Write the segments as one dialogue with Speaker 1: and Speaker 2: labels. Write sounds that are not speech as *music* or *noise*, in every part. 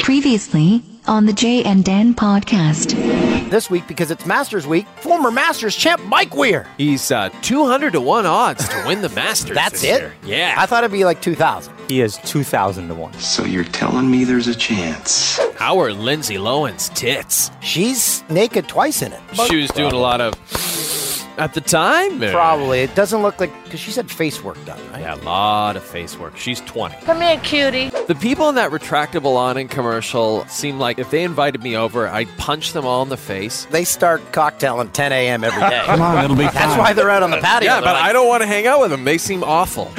Speaker 1: Previously on the Jay and Dan podcast.
Speaker 2: this week because it's Masters Week. Former Masters champ Mike Weir.
Speaker 3: He's uh, 200 to 1 odds to win the Masters.
Speaker 2: That's
Speaker 3: this
Speaker 2: it.
Speaker 3: year. Yeah.
Speaker 2: I thought it'd be like 2,000.
Speaker 4: He is 2,000 to 1.
Speaker 5: So you're telling me there's a chance?
Speaker 3: How are Lindsay Lohan's tits?
Speaker 2: She's naked twice in it.
Speaker 3: She was doing a lot of at the time. or-
Speaker 2: Probably. It doesn't look like because she said face work done, right?
Speaker 3: Yeah, a lot of face work. She's 20.
Speaker 6: Come here, cutie.
Speaker 3: The people in that retractable awning commercial seem like if they invited me over, I'd punch them all in the face.
Speaker 2: They start cocktailing 10 a.m. every day.
Speaker 7: *laughs* Come on, it'll be fine.
Speaker 2: That's why they're out on the patio.
Speaker 3: Yeah, but I don't want to hang out with them. They seem awful.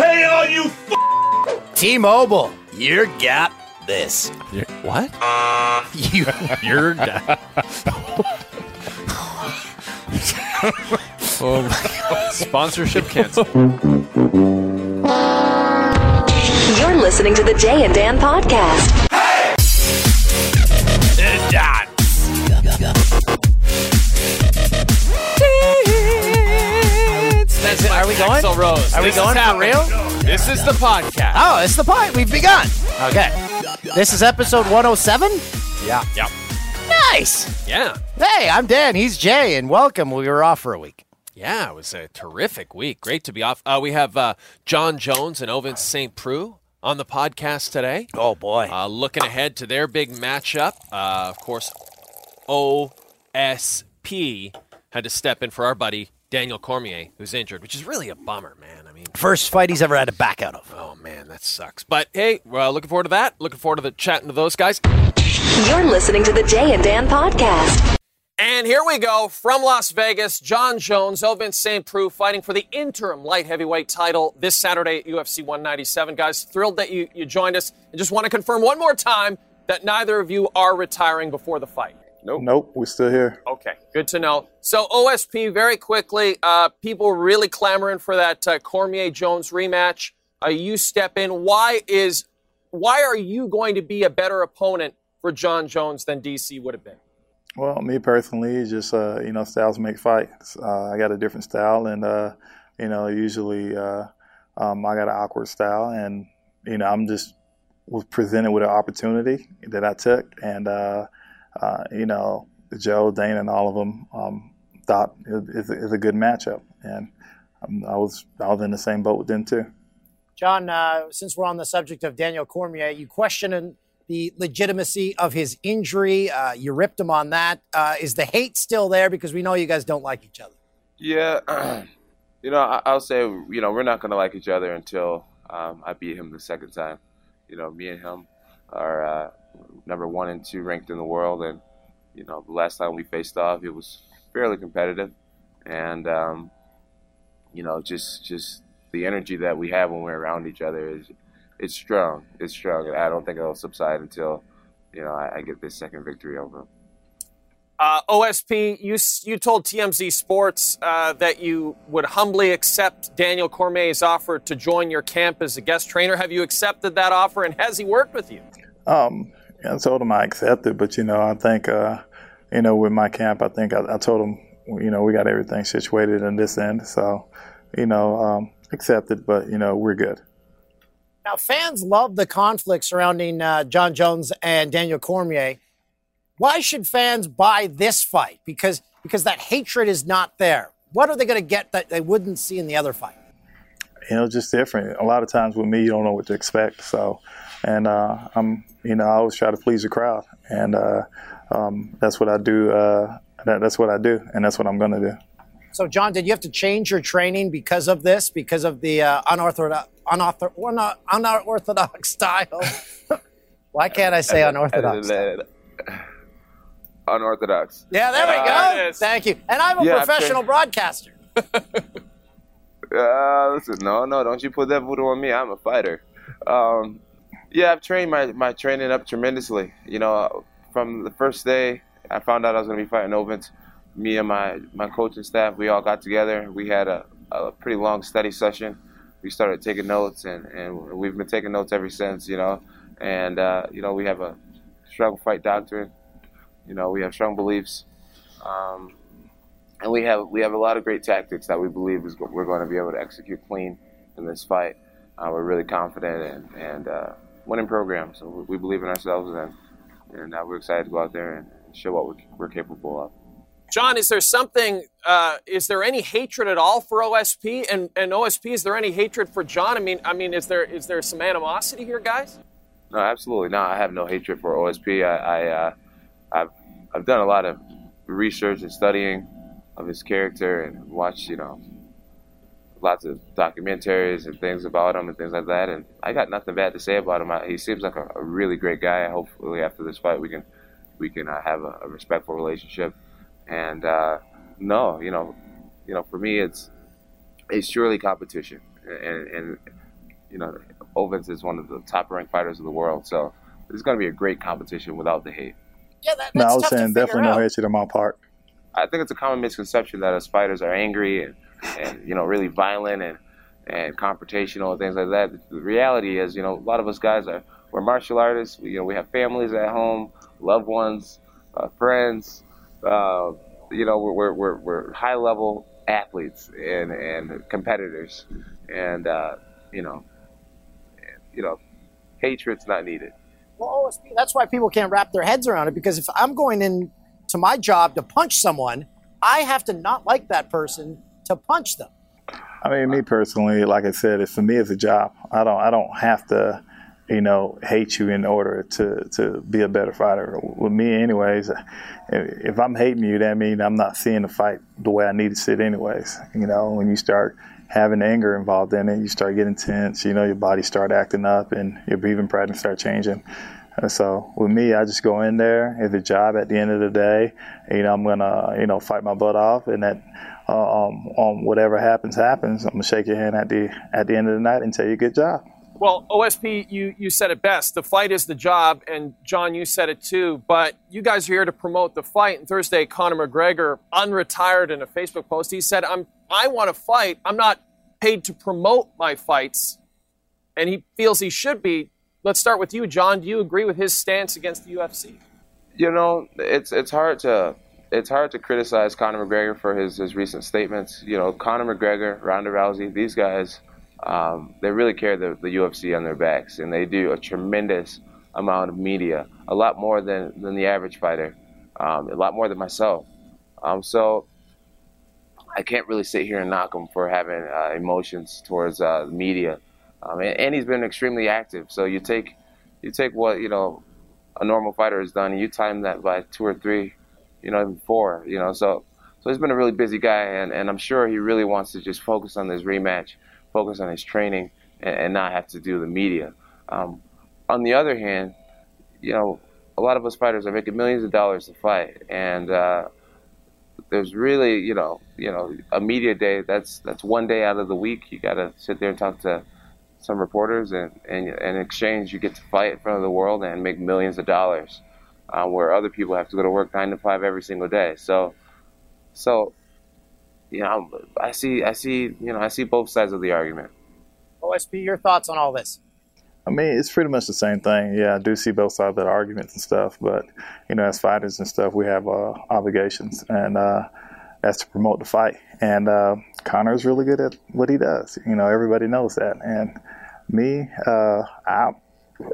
Speaker 2: T-Mobile, you got this.
Speaker 3: What? Uh. *laughs*
Speaker 2: You,
Speaker 3: You're. *laughs* oh Oh my God. Sponsorship canceled.
Speaker 8: You're listening to the Jay and Dan podcast.
Speaker 3: That's it. Are we
Speaker 2: going?
Speaker 3: Axel Rose.
Speaker 2: Are we
Speaker 3: This is
Speaker 2: going for
Speaker 3: happening.
Speaker 2: real?
Speaker 3: This is the podcast.
Speaker 2: oh, it's the point. We've begun. Okay. This is episode 107? Yeah.
Speaker 3: Yep.
Speaker 2: Nice.
Speaker 3: Yeah.
Speaker 2: Hey, I'm Dan. He's Jay, and welcome. We were off for a week.
Speaker 3: Yeah, it was a terrific week. Great to be off. Uh, we have uh, John Jones and Ovin St. Preux on the podcast today.
Speaker 2: Oh, boy.
Speaker 3: Uh, looking ahead to their big matchup. Uh, of course, OSP had to step in for our buddy Daniel Cormier, who's injured, which is really a bummer, man. I mean,
Speaker 2: First fight he's ever had to back out of.
Speaker 3: oh man, that sucks. But hey, well, looking forward to that. Looking forward to the chatting to those guys.
Speaker 8: You're listening to the Jay and Dan podcast.
Speaker 3: And here we go from Las Vegas. John Jones, Elvin St. Preux fighting for the interim light heavyweight title this Saturday at UFC 197. Guys, thrilled that you, you joined us. And just want to confirm one more time that neither of you are retiring before the fight.
Speaker 9: Nope, we're still here.
Speaker 3: Okay. Good to know. So, OSP, very quickly, uh, people really clamoring for that uh, Cormier Jones rematch. Uh, you step in. Why is why are you going to be a better opponent for John Jones than DC would have been?
Speaker 9: Well, me personally, it's just uh, you know, styles make fights. Uh, I got a different style, and uh, you know, usually uh, um, I got an awkward style, and you know, I'm just was presented with an opportunity that I took, and uh, uh, you know, Joe, Dane, and all of them um, thought it, it's, a- it's a good matchup, and um, I was I was in the same boat with them too.
Speaker 10: John, uh, since we're on the subject of Daniel Cormier, you questioned the legitimacy of his injury. Uh, you ripped him on that. Uh, is the hate still there? Because we know you guys don't like each other.
Speaker 11: Yeah, *clears throat* you know, I, I'll say, you know, we're not gonna like each other until um, I beat him the second time. You know, me and him are uh, number one and two ranked in the world, and you know, the last time we faced off, it was fairly competitive, and um, you know, just just the energy that we have when we're around each other is it's strong, it's strong, and I don't think it'll subside until you know I, I get this second victory over him.
Speaker 3: Uh, OSP, you s- you told TMZ Sports uh, that you would humbly accept Daniel Cormier's offer to join your camp as a guest trainer. Have you accepted that offer, and has he worked with you?
Speaker 9: Um, I told him I accepted, but you know, I think, uh, you know, with my camp, I think I, I told him, you know, we got everything situated in this end, so, you know, um, accepted, but you know, we're good.
Speaker 10: Now, fans love the conflict surrounding uh, John Jones and Daniel Cormier. Why should fans buy this fight? Because because that hatred is not there. What are they going to get that they wouldn't see in the other fight?
Speaker 9: You know, just different. A lot of times with me, you don't know what to expect, so, and uh, I'm, you know, I always try to please the crowd, and uh, um, that's what I do. Uh, that, that's what I do, and that's what I'm gonna do.
Speaker 10: So, John, did you have to change your training because of this? Because of the uh, unorthodox, unauthor, or not, unorthodox *laughs* style? Why can't I say
Speaker 11: *laughs*
Speaker 10: unorthodox?
Speaker 11: Unorthodox.
Speaker 10: Yeah, there
Speaker 11: Ah,
Speaker 10: we go.
Speaker 11: yes.
Speaker 10: Thank you. And I'm a
Speaker 11: Yeah, I've
Speaker 10: professional
Speaker 11: changed-
Speaker 10: broadcaster.
Speaker 11: Uh, listen, no, no, don't you put that voodoo on me. I'm a fighter. Um, yeah, I've trained my, my training up tremendously. You know, from the first day I found out I was going to be fighting Ovens, me and my, my coaching staff, we all got together. We had a, a pretty long study session. We started taking notes, and, and we've been taking notes ever since, you know. And, uh, you know, we have a strong fight doctrine. You know, we have strong beliefs. Um, and we have we have a lot of great tactics that we believe is we're going to be able to execute clean in this fight. Uh, we're really confident, and and uh, winning program. So we- we believe in ourselves and and uh, we're excited to go out there and show what we're, we're capable of.
Speaker 3: John, is there something? Uh, is there any hatred at all for OSP and and OSP? Is there any hatred for John? I mean, I mean, is there is there some animosity here, guys?
Speaker 11: No, absolutely not. I have no hatred for OSP. I, I uh, I've I've done a lot of research and studying of his character and watched you know lots of documentaries and things about him and things like that. And I got nothing bad to say about him. I, he seems like a, a really great guy. Hopefully, after this fight, we can we can uh, have a, a respectful relationship. And uh, no, you know, you know, for me, it's it's surely competition, and, and you know, Ovens is one of the top ranked fighters of the world. So it's going to be a great competition without the hate.
Speaker 10: Yeah, that, that's
Speaker 9: No, I was
Speaker 10: tough to
Speaker 9: saying
Speaker 10: figure
Speaker 9: definitely no
Speaker 10: out.
Speaker 9: hatred on my part.
Speaker 11: I think it's a common misconception that us fighters are angry and, and you know, really violent and, and confrontational and things like that. The reality is, you know, a lot of us guys are, we're martial artists. We, you know, we have families at home, loved ones, uh, friends. Uh, you know, we're, we're, we're, we're high level athletes and, and competitors. And, uh, you know, and, you know, hatred's not needed.
Speaker 10: Well, OSP, that's why people can't wrap their heads around it because if I'm going in to my job to punch someone, I have to not like that person to punch them.
Speaker 9: I mean, me personally, like I said, it's for me, it's a job. I don't, I don't have to, you know, hate you in order to to be a better fighter. With me, anyways, if if I'm hating you, that means I'm not seeing the fight the way I need to sit, anyways. You know, when you start having anger involved in it, you start getting tense. You know, your body start acting up, and your breathing patterns start changing. And so with me, I just go in there. It's a job at the end of the day. You know, I'm gonna you know fight my butt off, and that uh, um, on whatever happens, happens. I'm gonna shake your hand at the at the end of the night and tell you good job.
Speaker 3: Well, OSP, you you said it best. The fight is the job, and John, you said it too. But you guys are here to promote the fight. And Thursday, Conor McGregor, unretired in a Facebook post, he said, "I'm I want to fight. I'm not paid to promote my fights," and he feels he should be. Let's start with you, John. Do you agree with his stance against the UFC?
Speaker 11: you know, it's it's hard to it's hard to criticize Conor McGregor for his, his recent statements. You know, Conor McGregor, Ronda Rousey, these guys, um, they really carry the, the UFC on their backs, and they do a tremendous amount of media, a lot more than, than the average fighter, um, a lot more than myself. Um, so I can't really sit here and knock him for having uh, emotions towards uh, the media, um, and, and he's been extremely active. So you take you take what you know a normal fighter has done, and you time that by two or three, you know, even four, you know. So, so he's been a really busy guy, and, and I'm sure he really wants to just focus on this rematch, focus on his training, and, and not have to do the media. Um, on the other hand, you know, a lot of us fighters are making millions of dollars to fight, and uh, there's really, you know, you know, a media day. That's that's one day out of the week. You got to sit there and talk to some reporters, and, and in exchange, you get to fight in front of the world and make millions of dollars, uh, where other people have to go to work nine to five every single day. So, so, you know, I'm- I see, I see, you know, I see both sides of the argument.
Speaker 10: OSP, your thoughts on all this?
Speaker 9: I mean, it's pretty much the same thing. Yeah, I do see both sides of the arguments and stuff, but you know, as fighters and stuff, we have uh, obligations, and uh, that's to promote the fight. And uh, Connor's really good at what he does. You know, everybody knows that. And me, uh, I,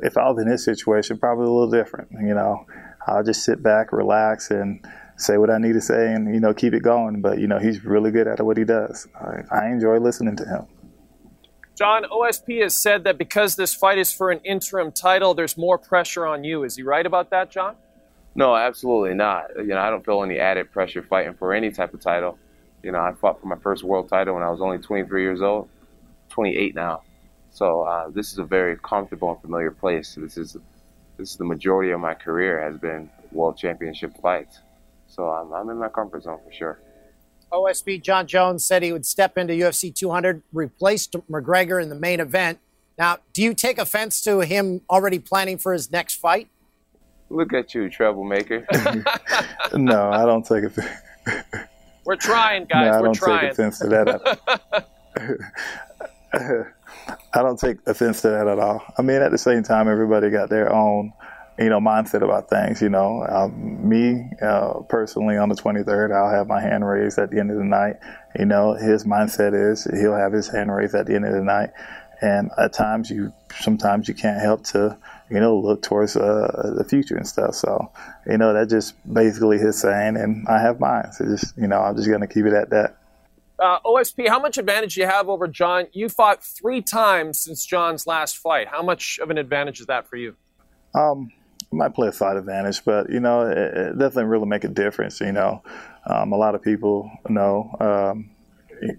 Speaker 9: if I was in his situation, probably a little different. You know, I'll just sit back, relax, and say what I need to say, and you know, keep it going. But you know, he's really good at what he does. I, I enjoy listening to him.
Speaker 3: John, OSP has said that because this fight is for an interim title, there's more pressure on you. Is he right about that, John?
Speaker 11: No, absolutely not. You know, I don't feel any added pressure fighting for any type of title. You know, I fought for my first world title when I was only 23 years old, 28 now. So uh, this is a very comfortable and familiar place. This is this is the majority of my career has been world championship fights. So I'm, I'm in my comfort zone for sure.
Speaker 10: OSP John Jones said he would step into UFC 200, replace McGregor in the main event. Now, do you take offense to him already planning for his next fight?
Speaker 11: Look at you, troublemaker.
Speaker 9: No, I don't take it.
Speaker 3: We're trying, guys.
Speaker 9: no, I
Speaker 3: We're
Speaker 9: don't
Speaker 3: trying.
Speaker 9: take offense to that. At, *laughs* I don't take offense to that at all. I mean, at the same time, everybody got their own, you know, mindset about things. You know, um, me uh, personally, on the 23rd, I'll have my hand raised at the end of the night. You know, his mindset is he'll have his hand raised at the end of the night, and at times you sometimes you can't help to you know look towards uh, the future and stuff. So you know that just basically his saying, and I have mine. So just you know I'm just gonna keep it at that.
Speaker 3: Uh, OSP, how much advantage do you have over John? You fought three times since John's last fight. How much of an advantage is that for you?
Speaker 9: Um, I might play a side advantage, but you know, it, it doesn't really make a difference. You know, um, a lot of people know. Um,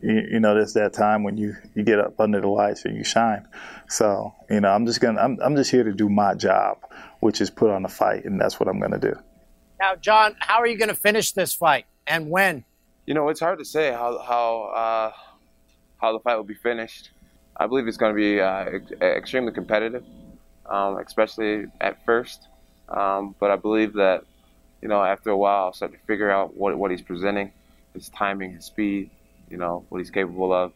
Speaker 9: you, you know, there's that time when you you get up under the lights and you shine. So you know, I'm just gonna I'm I'm just here to do my job, which is put on a fight, and that's what I'm gonna do.
Speaker 10: Now, John, how are you going to finish this fight and when?
Speaker 11: You know, it's hard to say how how uh, how the fight will be finished. I believe it's going to be uh, ex- extremely competitive, um, especially at first. Um, but I believe that you know after a while I'll start to figure out what what he's presenting, his timing, his speed, you know what he's capable of,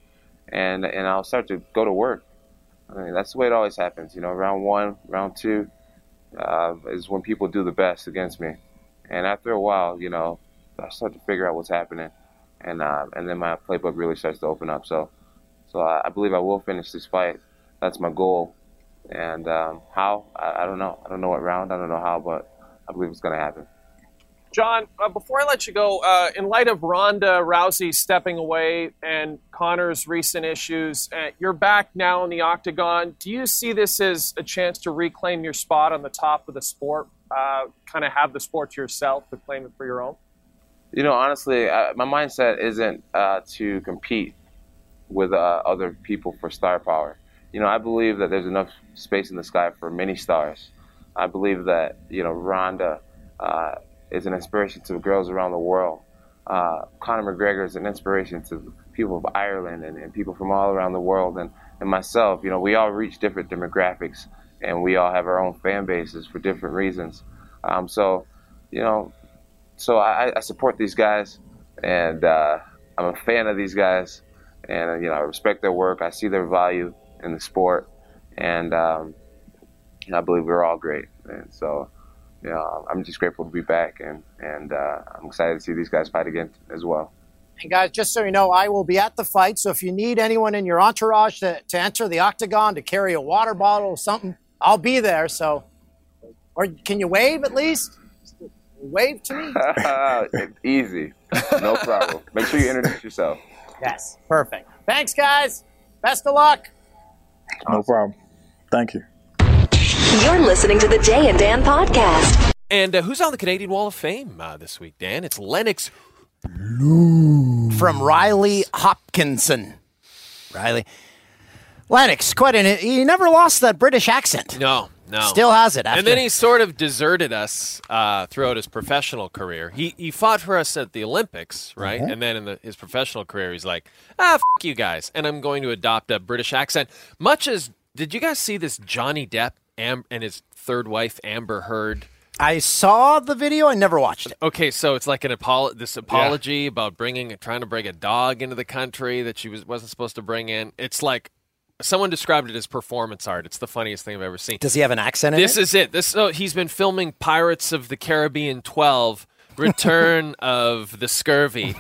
Speaker 11: and and I'll start to go to work. I mean, that's the way it always happens. You know, round one, round two uh, is when people do the best against me, and after a while, you know, I start to figure out what's happening, and uh, and then my playbook really starts to open up. So, so I, I believe I will finish this fight. That's my goal, and um, how I, I don't know. I don't know what round. I don't know how, but I believe it's gonna happen.
Speaker 3: John, uh, before I let you go, uh, in light of Ronda Rousey stepping away and Connor's recent issues, uh, you're back now in the octagon. Do you see this as a chance to reclaim your spot on the top of the sport? Uh, kind of have the sport to yourself, to claim it for your own?
Speaker 11: You know, honestly, uh, my mindset isn't uh, to compete with uh, other people for star power. You know, I believe that there's enough space in the sky for many stars. I believe that you know Rhonda uh, is an inspiration to girls around the world. Uh, Conor McGregor is an inspiration to people of Ireland and, and people from all around the world. And, and myself, you know, we all reach different demographics and we all have our own fan bases for different reasons. Um, so, you know, so I, I support these guys, and uh, I'm a fan of these guys, and uh, you know I respect their work. I see their value in the sport, and um, and I believe we're all great. And so, you know, I'm just grateful to be back, and and uh, I'm excited to see these guys fight again as well. *laughs*
Speaker 10: And guys, just so you know, I will be at the fight. So if you need anyone in your entourage to, to enter the octagon to carry a water bottle or something, I'll be there. So, or can you wave at least? Wave to me.
Speaker 11: Easy, no problem. Make sure you introduce yourself.
Speaker 10: Yes, perfect. Thanks, guys. Best of luck.
Speaker 9: No problem. Thank you.
Speaker 8: You're listening to the Jay and Dan podcast.
Speaker 3: And uh, who's on the Canadian Wall of Fame uh, this week, Dan? It's Lennox.
Speaker 10: From Riley Hopkinson. Riley. Lennox, quite an. He never lost that British accent.
Speaker 3: No, no.
Speaker 10: Still has it. After,
Speaker 3: and then he sort of deserted us uh, throughout his professional career. He he fought for us at the Olympics, right? And then in the, his professional career, he's like, ah, f- you guys, and I'm going to adopt a British accent. Much as did you guys see this Johnny Depp Am- and his third wife Amber Heard?
Speaker 10: I saw the video. I never watched it.
Speaker 3: Okay, so it's like an apol this apology about bringing trying to bring a dog into the country that she was wasn't supposed to bring in. It's like someone described it as performance art. It's the funniest thing I've ever seen.
Speaker 10: Does he have an accent in
Speaker 3: This
Speaker 10: it?
Speaker 3: is it. This oh, he's been filming Pirates of the Caribbean 12
Speaker 10: *laughs*
Speaker 3: Return of the Scurvy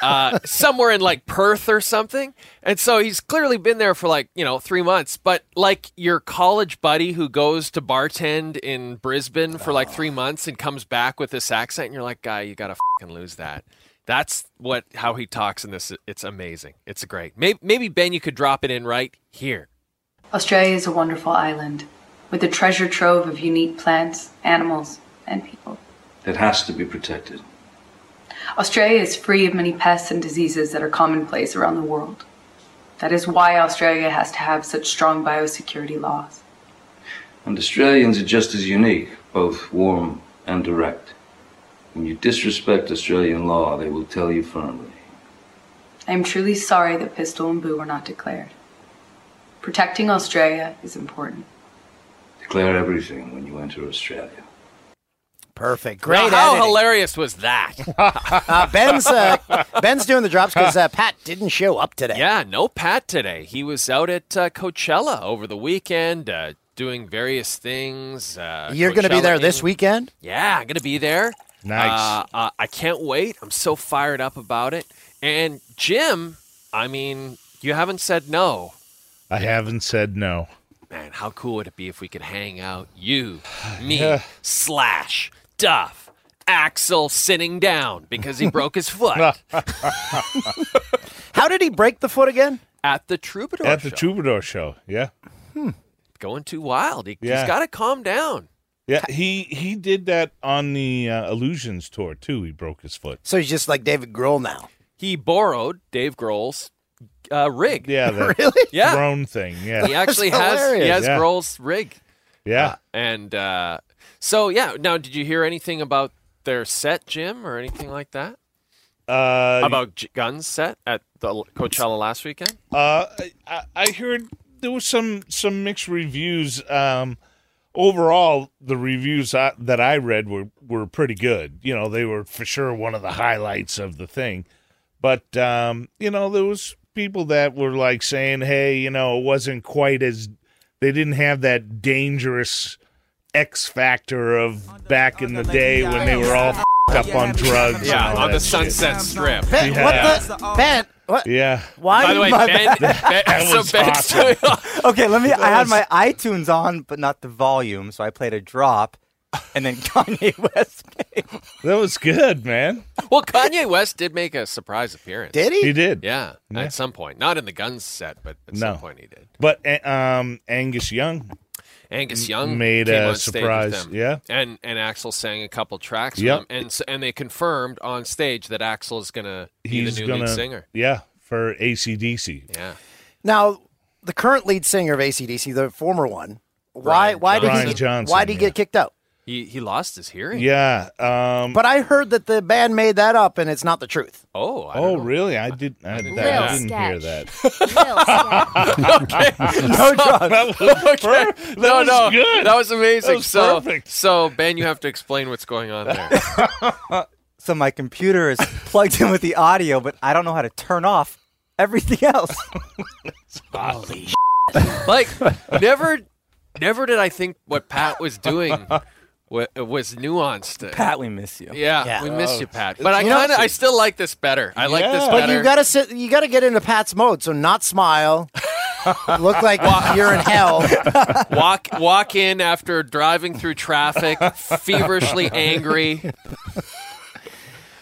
Speaker 3: uh, somewhere in like Perth or something. And so he's clearly been there for like, you know, 3 months, but like your college buddy who goes to bartend in Brisbane for like
Speaker 10: Ah.
Speaker 3: 3 months and comes back with this accent and you're like, "Guy, you got to fucking lose that." That's what how he talks in this. It's amazing. It's great. Maybe, maybe Ben, you could drop it in right here.
Speaker 4: Australia is a wonderful island with a treasure trove of unique plants, animals, and people.
Speaker 5: It has to be protected.
Speaker 4: Australia is free of many pests and diseases that are commonplace around the world. That is why Australia has to have such strong biosecurity laws.
Speaker 5: And Australians are just as unique, both warm and direct. When you disrespect Australian law, they will tell you firmly.
Speaker 4: I am truly sorry that Pistol and Boo were not declared. Protecting Australia is important.
Speaker 5: Declare everything when you enter Australia.
Speaker 10: Perfect.
Speaker 3: Now,
Speaker 10: Great.
Speaker 3: how
Speaker 10: editing.
Speaker 3: hilarious was that?
Speaker 10: *laughs* Uh, Ben's uh,
Speaker 3: *laughs*
Speaker 10: Ben's doing the drops because uh, Pat didn't show up today.
Speaker 3: yeah, no Pat today. He was out at uh, Coachella over the weekend uh, doing various things. Uh,
Speaker 10: You're going to be
Speaker 3: Coachella
Speaker 10: there
Speaker 3: in-
Speaker 10: this weekend.
Speaker 3: Yeah, I'm going to be there.
Speaker 6: Nice.
Speaker 3: Uh, uh, I can't wait. I'm so fired up about it. And Jim, I mean, you haven't said no.
Speaker 6: I haven't said no.
Speaker 3: Man, how cool would it be if we could hang out? You, me, Slash, Duff, Axel sitting down because he broke his foot
Speaker 2: How did he break the foot again?
Speaker 3: at the Troubadour
Speaker 6: At the
Speaker 3: show.
Speaker 6: Troubadour show. Yeah.
Speaker 3: Going too wild. He,
Speaker 6: Yeah.
Speaker 3: He's got to calm down.
Speaker 6: Yeah, he he did that on the uh, Illusions tour too. He broke his foot.
Speaker 7: So he's just like David
Speaker 10: *laughs*
Speaker 7: Grohl now.
Speaker 3: He borrowed Dave Grohl's uh, rig.
Speaker 6: Yeah, the
Speaker 3: Yeah.
Speaker 6: throne thing. *laughs* Yeah,
Speaker 3: He actually has he
Speaker 6: hilarious.
Speaker 3: has
Speaker 6: Yeah.
Speaker 3: Grohl's rig.
Speaker 6: yeah.
Speaker 3: And uh, so yeah, now did you hear anything about their set, Jim, or anything like that?
Speaker 6: Uh,
Speaker 3: about G- Guns set at the L- Coachella last weekend?
Speaker 6: Uh, I- I, I heard there was some some mixed reviews. Um, overall, the reviews I, that I read were were pretty good. You know, they were for sure one of the highlights of the thing. But um, you know, there was people that were like saying, "Hey, you know, it wasn't quite as they didn't have that dangerous X factor of back in the day when they were all f***ed up on drugs." and all
Speaker 3: on
Speaker 6: that
Speaker 3: the
Speaker 6: shit.
Speaker 3: Sunset Strip.
Speaker 10: Ben, what the? Ben, what?
Speaker 6: Yeah.
Speaker 10: Why?
Speaker 3: By the way,
Speaker 10: my
Speaker 3: Ben,
Speaker 10: bad?
Speaker 3: ben so *laughs*
Speaker 6: was
Speaker 3: Ben's
Speaker 6: awesome.
Speaker 7: Okay, let me. I
Speaker 6: had my
Speaker 7: iTunes on, but not the volume, so I played a drop, and then *laughs* Kanye West.
Speaker 6: That was good, man.
Speaker 3: well, Kanye West did make a surprise appearance.
Speaker 10: Did he?
Speaker 6: He did.
Speaker 3: Yeah,
Speaker 6: Yeah.
Speaker 3: at some point, not in the Guns set, but at
Speaker 6: No.
Speaker 3: some point he did.
Speaker 6: But uh, um, Angus Young
Speaker 3: Angus Young
Speaker 6: made
Speaker 3: came
Speaker 6: a
Speaker 3: on stage with
Speaker 6: surprise,
Speaker 3: them,
Speaker 6: yeah.
Speaker 3: and and Axel sang a couple tracks.
Speaker 6: Yep.
Speaker 3: with them, and s- and they confirmed on stage that Axel is gonna be the
Speaker 6: he's
Speaker 3: new
Speaker 6: gonna
Speaker 3: lead singer.
Speaker 6: yeah for ACDC.
Speaker 3: Yeah,
Speaker 10: Now, the current lead singer of ACDC, the former one, why
Speaker 3: Brian
Speaker 10: why did he
Speaker 6: Brian
Speaker 10: get,
Speaker 6: Johnson,
Speaker 10: why did he
Speaker 6: yeah.
Speaker 10: get kicked out?
Speaker 3: he he lost his hearing.
Speaker 6: Yeah. Um,
Speaker 10: But I heard that the band made that up, and it's not the truth.
Speaker 3: Oh, I don't
Speaker 6: oh
Speaker 3: know.
Speaker 6: really? I did. I,
Speaker 3: didn't
Speaker 6: that- I
Speaker 3: know
Speaker 6: didn't
Speaker 12: that.
Speaker 6: hear that.
Speaker 10: No drugs.
Speaker 3: *laughs*
Speaker 6: that was, that
Speaker 3: no,
Speaker 6: was
Speaker 3: no,
Speaker 6: good.
Speaker 3: that was amazing.
Speaker 6: That was
Speaker 3: so,
Speaker 6: perfect.
Speaker 3: so Ben, you have to explain what's going on
Speaker 6: *laughs*
Speaker 3: there.
Speaker 7: So my computer is *laughs* plugged in with the audio, but I don't know how to turn off everything else.
Speaker 3: like, never, never did I think what Pat was doing *laughs* wa- was nuanced.
Speaker 7: Pat, we miss you.
Speaker 3: yeah,
Speaker 10: Yeah.
Speaker 3: we miss you, Pat.
Speaker 6: Oh.
Speaker 3: But I
Speaker 10: You know-
Speaker 3: kind of, I still like this better. I like this
Speaker 6: Yeah.
Speaker 3: better.
Speaker 10: But you gotta sit. You gotta get into Pat's mode. So not *laughs* smile. Look like you're in hell.
Speaker 3: walk, walk in after driving through traffic, feverishly angry.
Speaker 10: *laughs*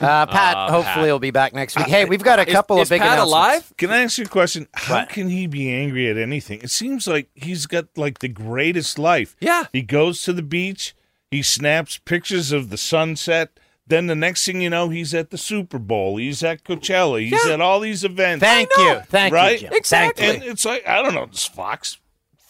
Speaker 10: Uh, Pat
Speaker 3: Aw,
Speaker 10: hopefully
Speaker 3: Pat.
Speaker 10: will be back next week. Hey, we've got a
Speaker 3: Is-
Speaker 10: couple
Speaker 3: is,
Speaker 10: of big
Speaker 3: Pat
Speaker 10: announcements.
Speaker 3: alive?
Speaker 6: Can I ask you a question? How
Speaker 10: What?
Speaker 6: can he be angry at anything? It seems like he's got like the greatest life.
Speaker 3: Yeah.
Speaker 6: He goes to the beach. He snaps pictures of the sunset. Then the next thing you know, he's at the Super Bowl. He's at Coachella. He's
Speaker 3: Yeah.
Speaker 6: at all these events.
Speaker 10: Thank you. Thank
Speaker 6: Right?
Speaker 10: you, Jim.
Speaker 3: Exactly.
Speaker 10: Thank
Speaker 6: And
Speaker 10: you.
Speaker 6: it's like I don't know, does Fox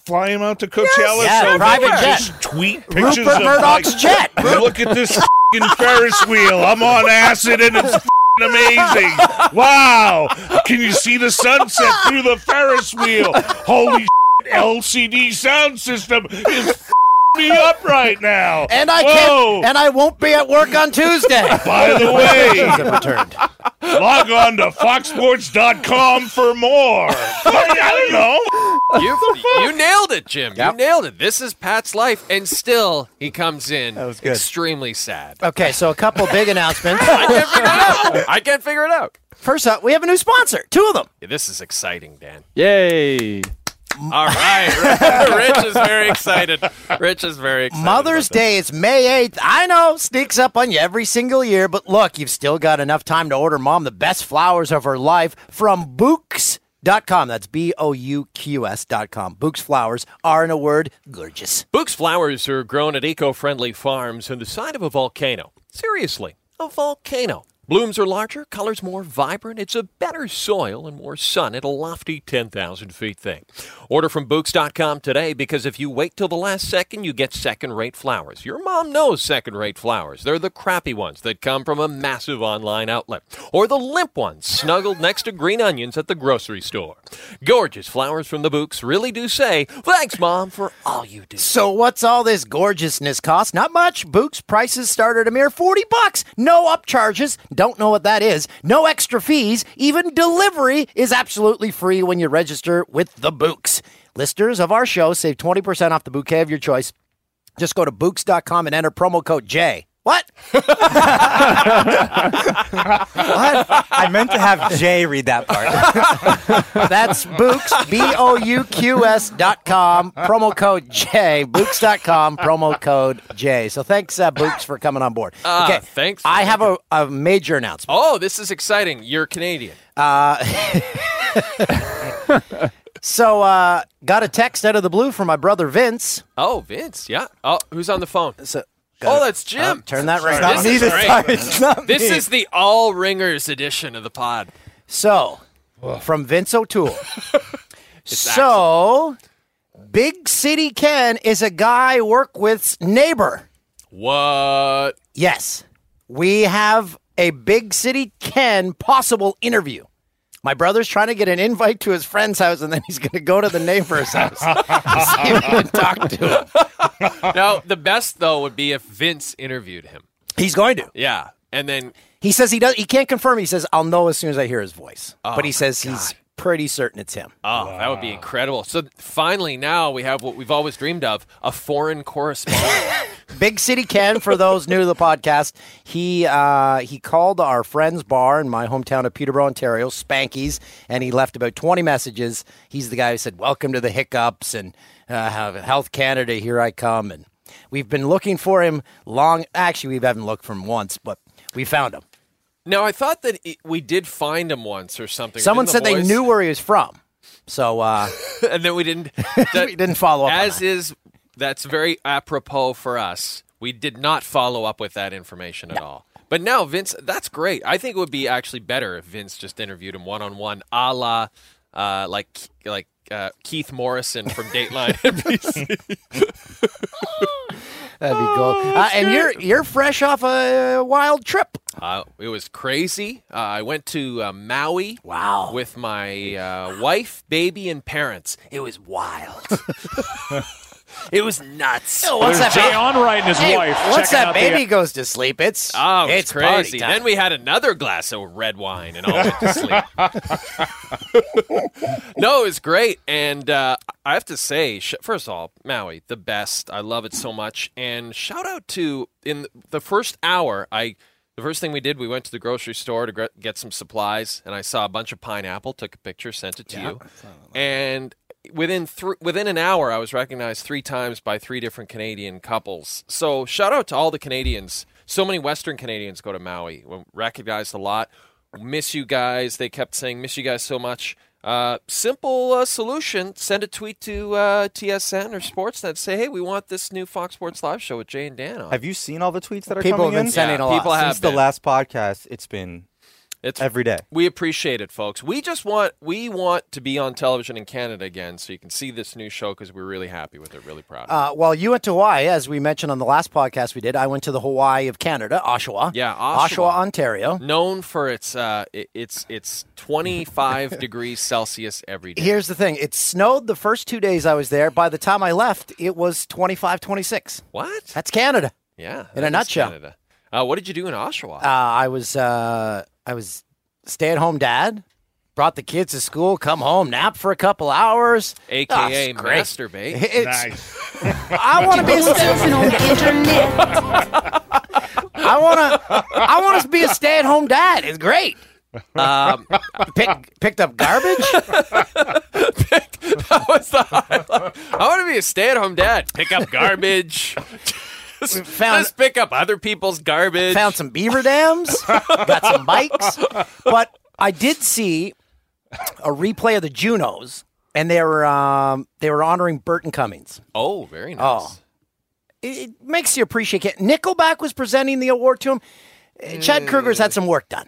Speaker 6: fly him out to Coachella
Speaker 10: Yeah,
Speaker 6: so
Speaker 10: private
Speaker 6: they can
Speaker 10: jet.
Speaker 6: just tweet pictures
Speaker 10: Rupert
Speaker 6: of
Speaker 10: Murdoch's
Speaker 6: like,
Speaker 10: jet.
Speaker 6: Look at this fing Ferris wheel. I'm on acid and it's fing amazing. Wow. Can you see the sunset through the Ferris wheel? Holy shit, LCD sound system is fing me up right now.
Speaker 10: And I
Speaker 6: Whoa.
Speaker 10: can't. And I won't be at work
Speaker 3: *laughs*
Speaker 10: on Tuesday.
Speaker 6: by
Speaker 10: *laughs*
Speaker 6: the way,
Speaker 10: Have returned.
Speaker 6: log on to foxsports.com for more. I don't know.
Speaker 3: You, you nailed it, Jim. You nailed it. This is Pat's life, and still he comes in
Speaker 7: was good.
Speaker 3: extremely sad.
Speaker 10: *laughs* Okay, so a couple big announcements.
Speaker 3: *laughs* I can't figure it out. I can't figure it out.
Speaker 10: First up, we have a new sponsor. Two of them.
Speaker 3: Yeah, this is exciting, Dan.
Speaker 7: Yay!
Speaker 3: All right. *laughs* Rich is very excited. Rich is very excited.
Speaker 10: Mother's
Speaker 3: about this.
Speaker 10: Day is May 8th. I know, sneaks up on you every single year, but look, you've still got enough time to order mom the best flowers of her life from Books.com. That's B O U Q S.com. Books flowers are, in a word, gorgeous.
Speaker 3: Book's flowers are grown at eco friendly farms on the side of a volcano. Seriously, a volcano. Blooms are larger, colors more vibrant. It's a better soil and more sun at a lofty 10,000 feet thing. Order from Books.com today because if you wait till the last second, you get second rate flowers. Your mom knows second rate flowers. They're the crappy ones that come from a massive online outlet, or the limp ones snuggled next to green onions at the grocery store. Gorgeous flowers from the Books really do say, Thanks, Mom, for all you do.
Speaker 10: So what's all this gorgeousness cost? Not much. Books prices start at a mere 40 bucks. No upcharges. Don't know what that is. No extra fees. Even delivery is absolutely free when you register with the Books. Listeners of our show save 20% off the bouquet of your choice. Just go to Books.com and enter promo code J. What?
Speaker 7: what? I meant to have Jay read that
Speaker 10: *laughs*
Speaker 7: part.
Speaker 10: That's Books, B O U Q S dot com, promo code J, Books dot com, promo code J. So thanks, uh, Books, for coming on board.
Speaker 3: Ah,
Speaker 10: okay.
Speaker 3: thanks.
Speaker 10: I have a, a major announcement.
Speaker 3: Oh, this is exciting. You're Canadian.
Speaker 10: Uh, so, uh, got a text out of the blue from my brother Vince.
Speaker 3: Oh, Vince. Yeah. Oh, who's on the phone? oh, that's Jim.
Speaker 10: Oh, turn that
Speaker 3: Sorry,
Speaker 10: ringer.
Speaker 3: this
Speaker 10: It's not me
Speaker 3: is
Speaker 10: this
Speaker 3: great.
Speaker 10: time. It's not
Speaker 3: This
Speaker 10: me.
Speaker 3: is the all ringers edition of the pod.
Speaker 10: So, from
Speaker 3: *laughs*
Speaker 10: Vince O'Toole. so, Big City Ken is a guy I work with's neighbor.
Speaker 3: What?
Speaker 10: Yes. We have a Big City Ken possible interview. My brother's trying to get an invite to his friend's house, and then he's going to go to the neighbor's house. *laughs* See if he can talk to him. *laughs*
Speaker 3: no, the best though would be if Vince interviewed him.
Speaker 10: He's going to.
Speaker 3: Yeah, and then
Speaker 10: He says he does. He can't confirm. He says I'll know as soon as I hear his voice.
Speaker 3: Oh,
Speaker 10: but he says he's pretty certain it's him.
Speaker 3: oh, that would be incredible. So finally, now we have what we've always dreamed of: a foreign
Speaker 10: *laughs*
Speaker 3: correspondent.
Speaker 10: Big City Ken, for those new to the podcast, he uh, he called our friend's bar in my hometown of Peterborough, Ontario, Spanky's, and he left about twenty messages. He's the guy who said, "Welcome to the hiccups" and uh, "Health Canada, here I come." And we've been looking for him long. Actually, we haven't looked for him once, but we found him.
Speaker 3: now I thought that it- we did find him once or something.
Speaker 10: Someone
Speaker 3: Didn't
Speaker 10: said
Speaker 3: the
Speaker 10: they
Speaker 3: boys-
Speaker 10: knew where he was from, so uh,
Speaker 3: *laughs* and then we didn't.
Speaker 10: *laughs* we didn't follow up. on
Speaker 3: As is, that's very apropos for us. We did not follow up with that information at all. But now, Vince, that's great. I think it would be actually better if Vince just interviewed him one on one, a la uh, like like uh, Keith Morrison from Dateline *laughs* NBC.
Speaker 10: That'd be cool. Uh, and you're you're fresh off a wild trip.
Speaker 3: Uh, it was crazy. Uh, I went to uh, Maui.
Speaker 10: Wow.
Speaker 3: With my uh, wife, baby, and parents. It was wild. *laughs* it was nuts.
Speaker 10: Oh, once that baby- Hey, Once
Speaker 3: checking
Speaker 10: that
Speaker 3: out the-
Speaker 10: baby goes to sleep, it's
Speaker 3: Oh, it's,
Speaker 10: it's party
Speaker 3: crazy.
Speaker 10: time.
Speaker 3: Then we had another glass of red wine and all went to sleep. no, it was great. And uh, I have to say, sh- first of all, Maui, the best. I love it so much. And shout out to in the first hour, I the first thing we did, we went to the grocery store to gre- get some supplies, and I saw a bunch of pineapple. Took a picture, sent it to you, and. Within thr within an hour, I was recognized three times by three different Canadian couples. So shout out to all the Canadians. So many Western Canadians go to Maui. We're Recognized a lot miss you guys. They kept saying, miss you guys so much. Uh, simple uh, solution send a tweet to uh, TSN or Sportsnet. Say, hey, we want this new Fox Sports Live show with Jay and Dan on.
Speaker 7: Have you seen all the tweets that are
Speaker 10: People
Speaker 7: coming
Speaker 10: have been
Speaker 7: in?
Speaker 10: sending Yeah, a lot. people have
Speaker 7: Since the
Speaker 3: been.
Speaker 7: last podcast, it's been
Speaker 3: It's
Speaker 7: every day.
Speaker 3: We appreciate it, folks. We just want we want to be on television in Canada again so you can see this new show because we're really happy with it, really proud. of it.
Speaker 10: Uh, well, you went to Hawaii, as we mentioned on the last podcast we did. I went to the Hawaii of Canada, Oshawa.
Speaker 3: yeah,
Speaker 10: Oshawa,
Speaker 3: Oshawa.
Speaker 10: Ontario.
Speaker 3: Known for its uh, i- it's it's
Speaker 10: *laughs*
Speaker 3: 25 degrees Celsius every day.
Speaker 10: Here's the thing it snowed the first two days I was there. By the time I left, it was 25, 26.
Speaker 3: What?
Speaker 10: That's Canada.
Speaker 3: Yeah,
Speaker 10: In
Speaker 3: that
Speaker 10: a
Speaker 3: is
Speaker 10: nutshell.
Speaker 3: Canada. Uh, what did you do in Oshawa?
Speaker 10: Uh, I was uh, I was stay at home dad. Brought the kids to school, come home, nap for a couple hours. Ah,
Speaker 3: AKA
Speaker 10: it's great.
Speaker 3: masturbate. *laughs*
Speaker 10: *laughs* It's- I want to be I want to. I want to be a stay-at-home dad. It's great.
Speaker 3: Um,
Speaker 10: Pick, picked up garbage.
Speaker 3: that was the highlight. I want to be a stay-at-home dad. Pick up
Speaker 10: *laughs*
Speaker 3: garbage. Just, just pick up other people's garbage.
Speaker 10: Found some beaver dams. got some bikes. But I did see a replay of the Junos, and they were um, they were honoring Burton Cummings.
Speaker 3: Oh, very nice.
Speaker 10: Oh, it, it makes you appreciate it. Nickelback was presenting the award to him. Uh, Chad Kruger's had some work done.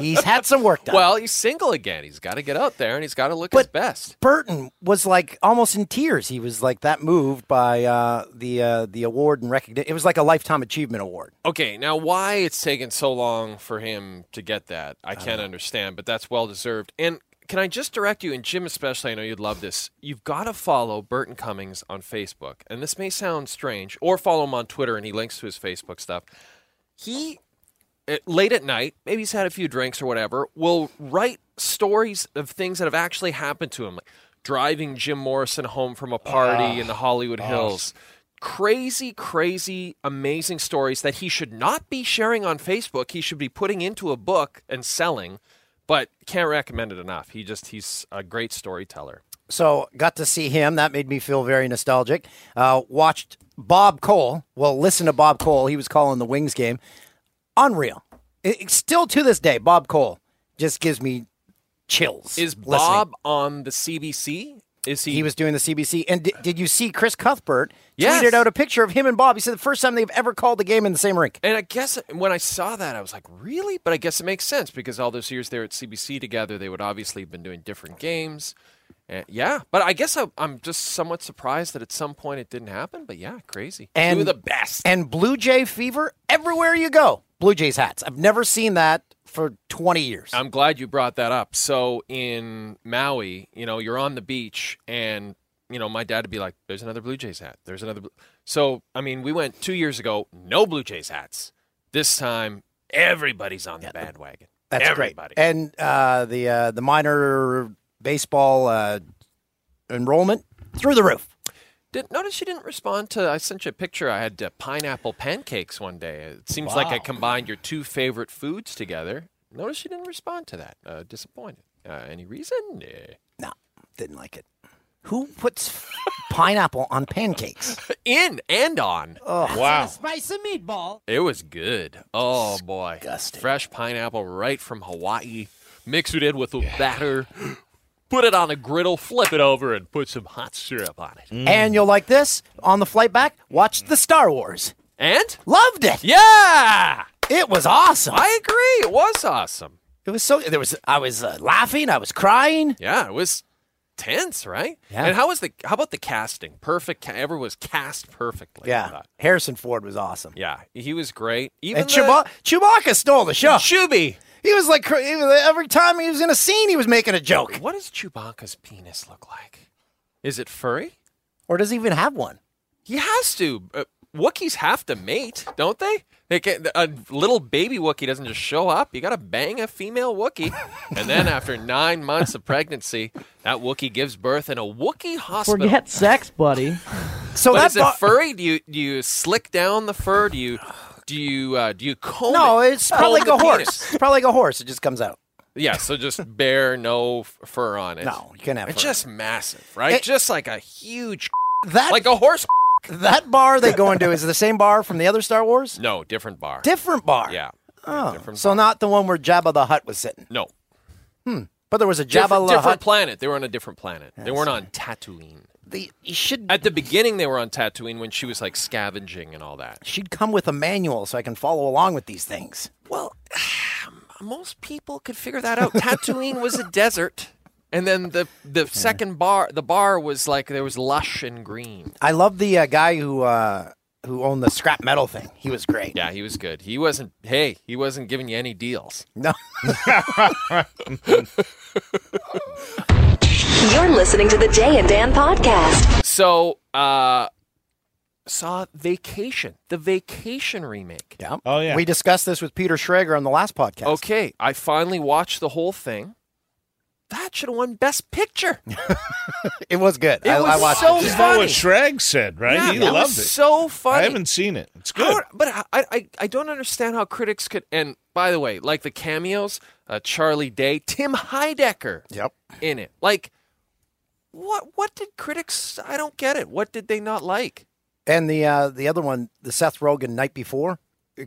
Speaker 10: he's had some work done.
Speaker 3: Well, he's single again. He's got to get out there and he's got to look his best.
Speaker 10: Burton was like almost in tears. He was like that moved by uh, the uh, the award and recognition. It was like a lifetime achievement award.
Speaker 3: Okay, now why it's taken so long for him to get that, I can't understand, but that's well deserved. And can I just direct you, and Jim especially, I know you'd love this. You've got to follow Burton Cummings on Facebook, and this may sound strange, or follow him on Twitter, and he links to his Facebook stuff. He, at- late at night, maybe he's had a few drinks or whatever, will write stories of things that have actually happened to him, like driving Jim Morrison home from a party in the Hollywood Hills. crazy, crazy, amazing stories that he should not be sharing on Facebook. He should be putting into a book and selling, but can't recommend it enough. He just, he's a great storyteller.
Speaker 10: So got to see him. That made me feel very nostalgic. Uh, watched Bob Cole. Well, listen to Bob Cole. He was calling the Wings game. Unreal. It, it's still to this day, Bob Cole just gives me chills.
Speaker 3: Is
Speaker 10: listening.
Speaker 3: Bob on the CBC? Is he?
Speaker 10: He was doing the CBC. And di- did you see Chris Cuthbert
Speaker 3: Yes.
Speaker 10: tweeted out a picture of him and Bob? He said the first time they've ever called the game in the same rink.
Speaker 3: And I guess when I saw that, I was like, really? But I guess it makes sense because all those years there at CBC together, they would obviously have been doing different games. And yeah, but I guess I, I'm just somewhat surprised that at some point it didn't happen. But yeah, crazy. Two of the best.
Speaker 10: And Blue Jay fever everywhere you go. Blue Jays hats. I've never seen that for 20 years.
Speaker 3: I'm glad you brought that up. So in Maui, you know, you're on the beach and you know, my dad would be like, "There's another Blue Jays hat. There's another." Blue-" So, I mean, we went 2 years ago, no Blue Jays hats. This time everybody's on the bandwagon.
Speaker 10: That's
Speaker 3: Everybody.
Speaker 10: great. And uh, the uh, the minor baseball uh, enrollment through the roof.
Speaker 3: Did, notice you didn't respond to. I sent you a picture. I had uh, pineapple pancakes one day. It seems like I
Speaker 10: Wow.
Speaker 3: combined your two favorite foods together. Notice you didn't respond to that. Uh, disappointed. Uh, any reason? Eh. Nah.
Speaker 10: No, didn't like it. Who puts *laughs* pineapple on pancakes?
Speaker 3: In and on.
Speaker 10: Oh
Speaker 12: Spice *laughs* a meatball.
Speaker 3: It was good. Oh boy, fresh pineapple right from Hawaii. Mix it in with a batter. *gasps* Put it on a griddle. Flip it over and put some hot syrup on it.
Speaker 10: And you'll like this on the flight back. Watched the Star Wars.
Speaker 3: And
Speaker 10: loved it.
Speaker 3: Yeah,
Speaker 10: it was awesome.
Speaker 3: I agree. It was awesome.
Speaker 10: It was so there was I was uh, laughing. I was crying.
Speaker 3: Yeah, it was tense, right?
Speaker 10: Yeah.
Speaker 3: And how was the how about the casting? Perfect. Ca- everyone was cast perfectly. I
Speaker 10: Yeah,
Speaker 3: thought.
Speaker 10: Harrison Ford was awesome.
Speaker 3: Yeah, he was great. Even
Speaker 10: and
Speaker 3: the-
Speaker 10: Chewba- Chewbacca stole the show.
Speaker 3: Chubby.
Speaker 10: He was like cra- he was- every time he was in a scene, he was making a joke.
Speaker 3: What does Chewbacca's penis look like? Is it furry?
Speaker 10: Or does he even have one?
Speaker 3: He has to. Uh, Wookiees have to mate, don't they? They can, a little baby Wookiee doesn't just show up. You got to bang a female Wookiee, and then after nine months of pregnancy, that Wookiee gives birth in a Wookiee hospital.
Speaker 12: Forget sex, buddy.
Speaker 10: So
Speaker 3: but
Speaker 10: that
Speaker 3: is it
Speaker 10: bo-
Speaker 3: furry? Do you do you slick down the fur? Do you do you uh, do you comb?
Speaker 10: No,
Speaker 3: it?
Speaker 10: it's probably like
Speaker 3: Comb
Speaker 10: a
Speaker 3: the
Speaker 10: horse.
Speaker 3: penis?
Speaker 10: It's probably like a horse. It just comes out.
Speaker 3: Yeah, so
Speaker 10: *laughs*
Speaker 3: just bare, no f- fur on it.
Speaker 10: No, you can't have
Speaker 3: It's
Speaker 10: fur.
Speaker 3: just massive, right?
Speaker 10: It-
Speaker 3: just like a huge
Speaker 10: that
Speaker 3: *laughs* like a horse. *laughs*
Speaker 10: That bar they go into is it the same bar from the other Star Wars.
Speaker 3: No, different bar.
Speaker 10: Different bar.
Speaker 3: Yeah.
Speaker 10: Oh,
Speaker 3: different
Speaker 10: so not the one where Jabba the Hutt was sitting.
Speaker 3: No.
Speaker 10: Hmm. But there was a Jabba
Speaker 3: Different,
Speaker 10: the
Speaker 3: different
Speaker 10: Hutt.
Speaker 3: planet. They were on a different planet. They weren't on Tatooine.
Speaker 10: They, you should
Speaker 3: At the beginning, they were on Tatooine when she was like scavenging and all that.
Speaker 10: She'd come with a manual so I can follow along with these things.
Speaker 3: Well, *sighs* most people could figure that out. Tatooine was a desert, and then the the second bar, the bar was like there was lush and green.
Speaker 10: I love the uh, guy who uh, who owned the scrap metal thing. He was great.
Speaker 3: Yeah, he was good. He wasn't. Hey, he wasn't giving you any deals. *laughs*
Speaker 10: No.
Speaker 8: You're listening to the Jay and Dan podcast.
Speaker 3: So, uh, saw Vacation, the Vacation remake.
Speaker 10: Yeah.
Speaker 6: Oh
Speaker 10: We discussed this with Peter Schrager on the last podcast.
Speaker 3: Okay, I finally watched the whole thing. That should have won Best Picture.
Speaker 10: It was good.
Speaker 3: It
Speaker 10: I, I
Speaker 3: was
Speaker 10: watched
Speaker 3: so
Speaker 10: it.
Speaker 6: That's
Speaker 10: yeah.
Speaker 6: not what Shreg said, right?
Speaker 3: Yeah,
Speaker 6: he
Speaker 3: that
Speaker 6: loved
Speaker 3: was
Speaker 6: it.
Speaker 3: so funny.
Speaker 6: I haven't seen it. It's
Speaker 3: How
Speaker 6: good.
Speaker 3: are- but I, I, I don't understand how critics could. And by the way, like the cameos, uh, Charlie Day, Tim Heidecker
Speaker 10: Yep.
Speaker 3: in it. Like, what what did critics? I don't get it. What did they not like?
Speaker 10: And the uh, the other one, the Seth Rogen Night Before,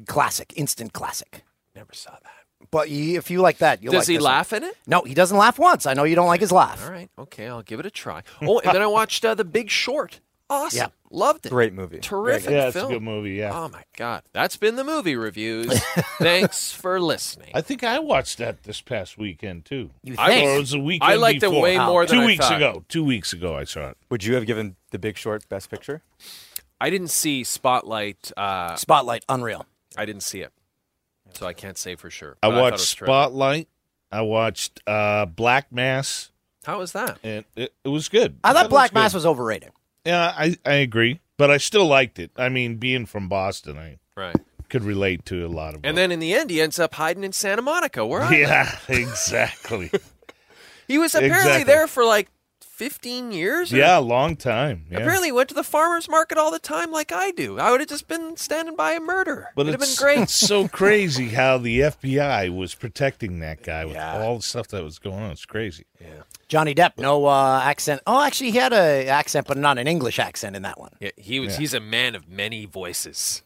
Speaker 10: classic, instant classic.
Speaker 3: Never saw that.
Speaker 10: But you, if you like that, you'll
Speaker 3: Does
Speaker 10: like
Speaker 3: he
Speaker 10: this one.
Speaker 3: laugh in it?
Speaker 10: No, he doesn't laugh once. I know you don't like his laugh.
Speaker 3: All right, okay, I'll give it a try. Oh, and then I watched uh, The Big Short. Awesome,
Speaker 10: Yeah.
Speaker 3: loved it.
Speaker 7: Great movie.
Speaker 3: terrific
Speaker 6: Yeah, it's a
Speaker 3: film.
Speaker 6: good movie. Yeah.
Speaker 3: Oh my god, that's been the movie reviews. *laughs* Thanks for listening.
Speaker 6: I think I watched that this past weekend too.
Speaker 10: You
Speaker 6: I
Speaker 10: think?
Speaker 6: or it was a weekend.
Speaker 3: I liked it
Speaker 6: before.
Speaker 3: way more than
Speaker 6: two
Speaker 3: I
Speaker 6: weeks
Speaker 3: thought.
Speaker 6: ago. Two weeks ago, I saw it.
Speaker 7: Would you have given The Big Short Best Picture?
Speaker 3: I didn't see Spotlight. Uh,
Speaker 10: Spotlight, unreal.
Speaker 3: I didn't see it, so I can't say for sure.
Speaker 6: I
Speaker 3: but thought it
Speaker 6: watched
Speaker 3: was terrific.
Speaker 6: Spotlight. I watched uh, Black Mass,
Speaker 3: How was that?
Speaker 6: and it, it was good.
Speaker 10: I
Speaker 6: it
Speaker 10: thought Black
Speaker 6: good.
Speaker 10: Mass was overrated.
Speaker 6: Yeah, I I agree, but I still liked it. I mean, being from Boston, I
Speaker 3: Right.
Speaker 6: could relate to a lot of.
Speaker 3: And
Speaker 6: it.
Speaker 3: then in the end, he ends up hiding in Santa
Speaker 6: *laughs*
Speaker 3: Monica. Where are they?
Speaker 6: yeah, exactly.
Speaker 3: He was apparently
Speaker 6: Exactly.
Speaker 3: there for like 15 years? or-
Speaker 6: Yeah, a long time. Yeah.
Speaker 3: Apparently, he went to the farmer's market all the time like I do. I would have just been standing by a murder.
Speaker 6: But
Speaker 3: It'd have
Speaker 6: it's,
Speaker 3: been great.
Speaker 6: *laughs*
Speaker 3: *laughs*
Speaker 6: it's so crazy how the FBI was protecting that guy with all the stuff that was going on. It's crazy. Yeah.
Speaker 10: Johnny Depp, no uh, accent. Oh, actually, he had a accent, but not an English accent in that one.
Speaker 3: Yeah, he was.
Speaker 10: Yeah.
Speaker 3: He's a man of many
Speaker 6: *laughs*
Speaker 3: voices.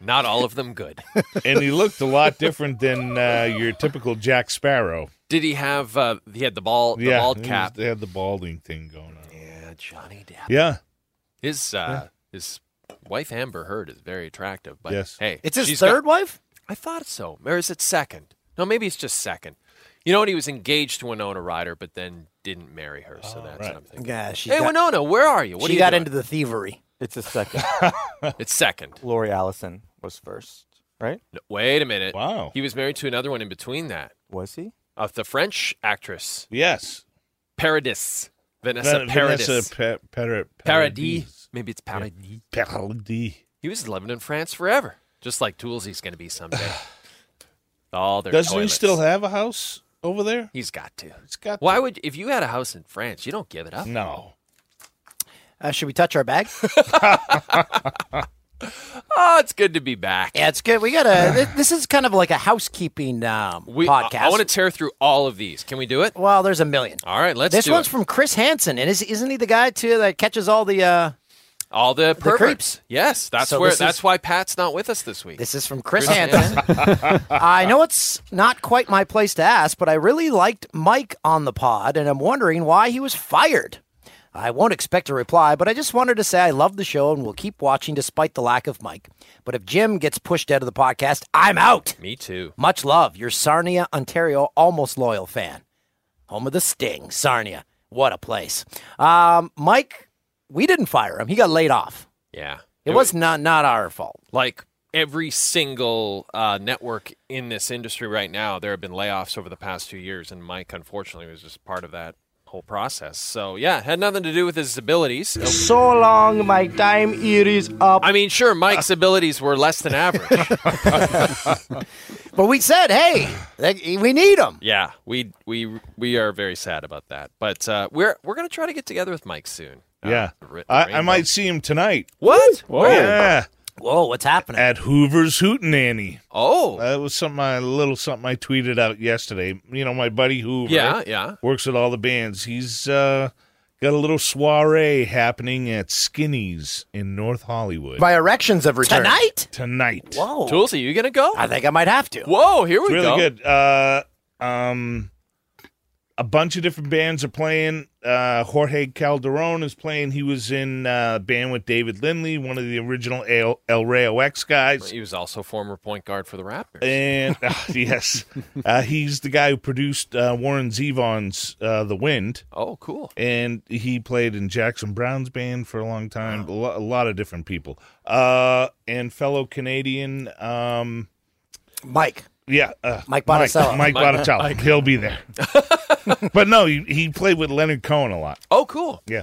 Speaker 3: Not all of them good.
Speaker 6: and he looked a lot different than uh, your typical Jack Sparrow.
Speaker 3: Did he have? Uh, he had the ball. The
Speaker 6: yeah,
Speaker 3: bald
Speaker 6: he was-
Speaker 3: cap.
Speaker 6: they had the balding thing going on.
Speaker 3: Yeah, Johnny Depp.
Speaker 6: Yeah.
Speaker 3: His uh, his wife Amber Heard is very attractive. But
Speaker 6: Yes.
Speaker 3: hey,
Speaker 6: It's his
Speaker 3: she's
Speaker 6: third
Speaker 10: wife.
Speaker 3: I thought so. Or is it second? No, maybe it's just second. You know what? He was engaged to Winona Ryder, but then didn't marry her. So that's what I'm thinking.
Speaker 10: Yeah, she
Speaker 3: hey,
Speaker 10: got-
Speaker 3: Winona, where are you? What are
Speaker 10: she
Speaker 3: you
Speaker 10: got
Speaker 3: doing?
Speaker 10: into the thievery.
Speaker 7: It's a second. *laughs*
Speaker 3: it's second.
Speaker 7: Lori Allison was first, right?
Speaker 3: No, wait a minute.
Speaker 6: Wow.
Speaker 3: He was married to another one in between that.
Speaker 7: Was he?
Speaker 3: Uh, the French actress.
Speaker 6: Yes.
Speaker 3: Paradis. Vanessa
Speaker 6: Ven-
Speaker 3: Paradis.
Speaker 6: Vanessa Pa- Para-
Speaker 3: Paradis. Maybe it's Paradis.
Speaker 6: Paradis.
Speaker 3: He was living in France forever, just like Toolsy's going to be someday. All their
Speaker 6: Doesn't
Speaker 3: toilets.
Speaker 6: he still have a house over there?
Speaker 3: He's got to. He's
Speaker 6: got.
Speaker 3: Why would if you had a house in France, you don't give it up?
Speaker 6: No.
Speaker 10: Uh, should we touch
Speaker 3: *laughs*
Speaker 10: our bag?
Speaker 3: Oh, it's good to be back.
Speaker 10: yeah, it's good. We got to. Th- this is kind of like a housekeeping um,
Speaker 3: We, I-
Speaker 10: podcast.
Speaker 3: I, want to tear through all of these. Can we do it?
Speaker 10: Well, there's a million.
Speaker 3: All right, let's
Speaker 10: this
Speaker 3: do
Speaker 10: one's
Speaker 3: it.
Speaker 10: from Chris Hansen, and is, isn't he the guy too that catches all the? Uh,
Speaker 3: all the perverts.
Speaker 10: creeps.
Speaker 3: Yes, that's
Speaker 10: So
Speaker 3: where.
Speaker 10: this is-
Speaker 3: that's why Pat's not with us this week.
Speaker 10: This is from Chris Hansen. *laughs* I know it's not quite my place to ask, but I really liked Mike on the pod, and I'm wondering why he was fired. I won't expect a reply, but I just wanted to say I love the show and will keep watching despite the lack of Mike. But if Jim gets pushed out of the podcast, I'm out.
Speaker 3: Me too.
Speaker 10: Much love, your Sarnia, Ontario, almost loyal fan. Home of the Sting, Sarnia. What a place. Um, Mike, we didn't fire him. He got laid off.
Speaker 3: Yeah,
Speaker 10: It, was not not our fault.
Speaker 3: like every single uh, network in this industry right now. There have been layoffs over the past two years, and Mike, unfortunately, was just part of that whole process. So yeah, it had nothing to do with his abilities.
Speaker 13: So long, my time it is up.
Speaker 3: I mean, sure,
Speaker 10: *laughs*
Speaker 3: Mike's abilities were less than average.
Speaker 10: But we said, hey, like, we need him.
Speaker 3: yeah, we we we are very sad about that, but uh, we're we're gonna try to get together with Mike soon. Uh,
Speaker 6: Yeah.
Speaker 3: Oh, Ri-
Speaker 6: I, I
Speaker 3: Rainbow.
Speaker 6: might see him tonight.
Speaker 3: What?
Speaker 6: Whoa. Yeah.
Speaker 10: Whoa, what's happening?
Speaker 6: At Hoover's Hootenanny.
Speaker 3: Oh.
Speaker 6: That was something I, a little something I tweeted out yesterday. You know, my buddy Hoover.
Speaker 3: Yeah, yeah.
Speaker 6: Works at all the bands. He's uh, got a little soiree happening at Skinny's in North Hollywood.
Speaker 10: My erections have returned. Tonight?
Speaker 6: Tonight.
Speaker 10: Whoa.
Speaker 3: Tools, are you going to go?
Speaker 10: I think I might have to.
Speaker 3: Whoa, here
Speaker 6: It's
Speaker 3: we
Speaker 6: really
Speaker 3: go.
Speaker 6: good. Uh, um, a bunch of different bands are playing. Uh, Jorge Calderon is playing. He was in uh, a band with David Lindley, one of the original El, El Rayo X guys.
Speaker 3: He was also former point guard for the Raptors.
Speaker 6: And *laughs* ah, yes, uh, he's the guy who produced uh, Warren Zevon's uh, "The Wind."
Speaker 3: Oh, cool!
Speaker 6: And he played in Jackson Brown's band for a long time. A, lo- a lot of different people. Uh, and fellow Canadian, um,
Speaker 10: Mike.
Speaker 6: Yeah, uh,
Speaker 10: Mike Botticello.
Speaker 6: Mike, Mike
Speaker 10: Mike-
Speaker 6: Botticello.
Speaker 10: Mike.
Speaker 6: He'll be there. but no, he, he played with Leonard Cohen a lot.
Speaker 3: Oh, cool.
Speaker 6: Yeah,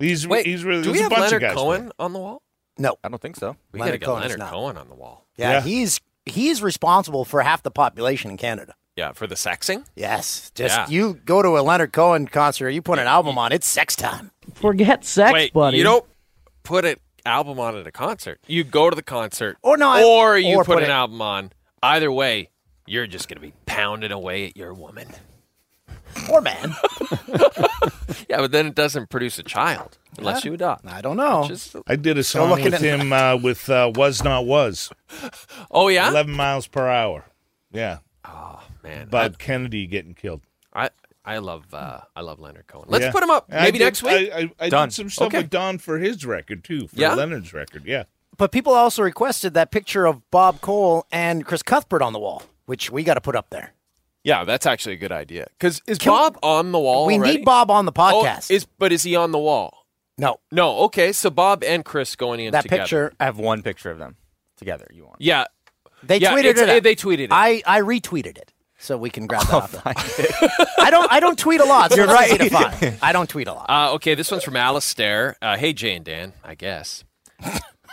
Speaker 6: he's
Speaker 3: Wait,
Speaker 6: he's really.
Speaker 3: do we
Speaker 6: there's
Speaker 3: have
Speaker 6: a bunch of
Speaker 3: Leonard
Speaker 6: guys
Speaker 3: Cohen
Speaker 6: playing.
Speaker 3: on the wall?
Speaker 10: No,
Speaker 7: I don't think so.
Speaker 3: We got to get
Speaker 10: Cohen's
Speaker 3: Leonard
Speaker 10: not.
Speaker 3: Cohen on the wall.
Speaker 10: Yeah, he's he's responsible for half the population in Canada.
Speaker 3: Yeah, for the sexing.
Speaker 10: Yes, Just
Speaker 3: yeah.
Speaker 10: you go to a Leonard Cohen concert, you put an album on, it's sex time.
Speaker 1: Forget sex,
Speaker 3: Wait,
Speaker 1: buddy.
Speaker 3: you don't put an album on at a concert. You go to the concert,
Speaker 10: or no, I-
Speaker 3: or you
Speaker 10: or
Speaker 3: put,
Speaker 10: put
Speaker 3: an
Speaker 10: it-
Speaker 3: album on. Either way, you're just gonna be pounding away at your woman. *laughs*
Speaker 10: Or man.
Speaker 3: Yeah, but then it doesn't produce a child unless
Speaker 10: Yeah.
Speaker 3: you adopt.
Speaker 10: I don't know.
Speaker 6: I did a
Speaker 10: Still
Speaker 6: song
Speaker 10: looking
Speaker 6: with
Speaker 10: at-
Speaker 6: him uh, with uh, "Was Not Was."
Speaker 3: Oh yeah,
Speaker 6: eleven miles per hour. Yeah.
Speaker 3: Oh man,
Speaker 6: Bob Kennedy getting killed.
Speaker 3: I I love uh, I love Leonard Cohen. Let's
Speaker 6: Yeah.
Speaker 3: put him up
Speaker 6: I
Speaker 3: maybe
Speaker 6: did-
Speaker 3: next week.
Speaker 6: I, I, I
Speaker 3: Done.
Speaker 6: did some stuff
Speaker 3: Okay.
Speaker 6: with Don for his record too, for
Speaker 3: Yeah?
Speaker 6: Leonard's record. Yeah.
Speaker 10: But people also requested that picture of Bob Cole and Chris Cuthbert on the wall, which we got to put up there.
Speaker 3: Yeah, that's actually a good idea. Because is Bob on the wall?
Speaker 10: we
Speaker 3: already?
Speaker 10: need Bob on the
Speaker 3: Oh,
Speaker 10: podcast.
Speaker 3: is but is he on the wall?
Speaker 10: No. uh,
Speaker 3: No. Okay, so Bob and Chris going in
Speaker 7: That
Speaker 3: together.
Speaker 7: picture, I have one picture of them together. You want?
Speaker 3: Yeah.
Speaker 10: They
Speaker 3: Yeah,
Speaker 10: tweeted
Speaker 3: it's-
Speaker 10: it. out.
Speaker 3: They tweeted it. Oh
Speaker 10: I, I retweeted it, so we can grab that. off *laughs* them. I don't I don't tweet a lot. So
Speaker 3: You're
Speaker 10: it's easy
Speaker 3: right. *laughs*
Speaker 10: to find. I don't tweet a lot.
Speaker 3: Uh, okay, this one's from Alistair. Uh, hey, Jay and Dan, I guess.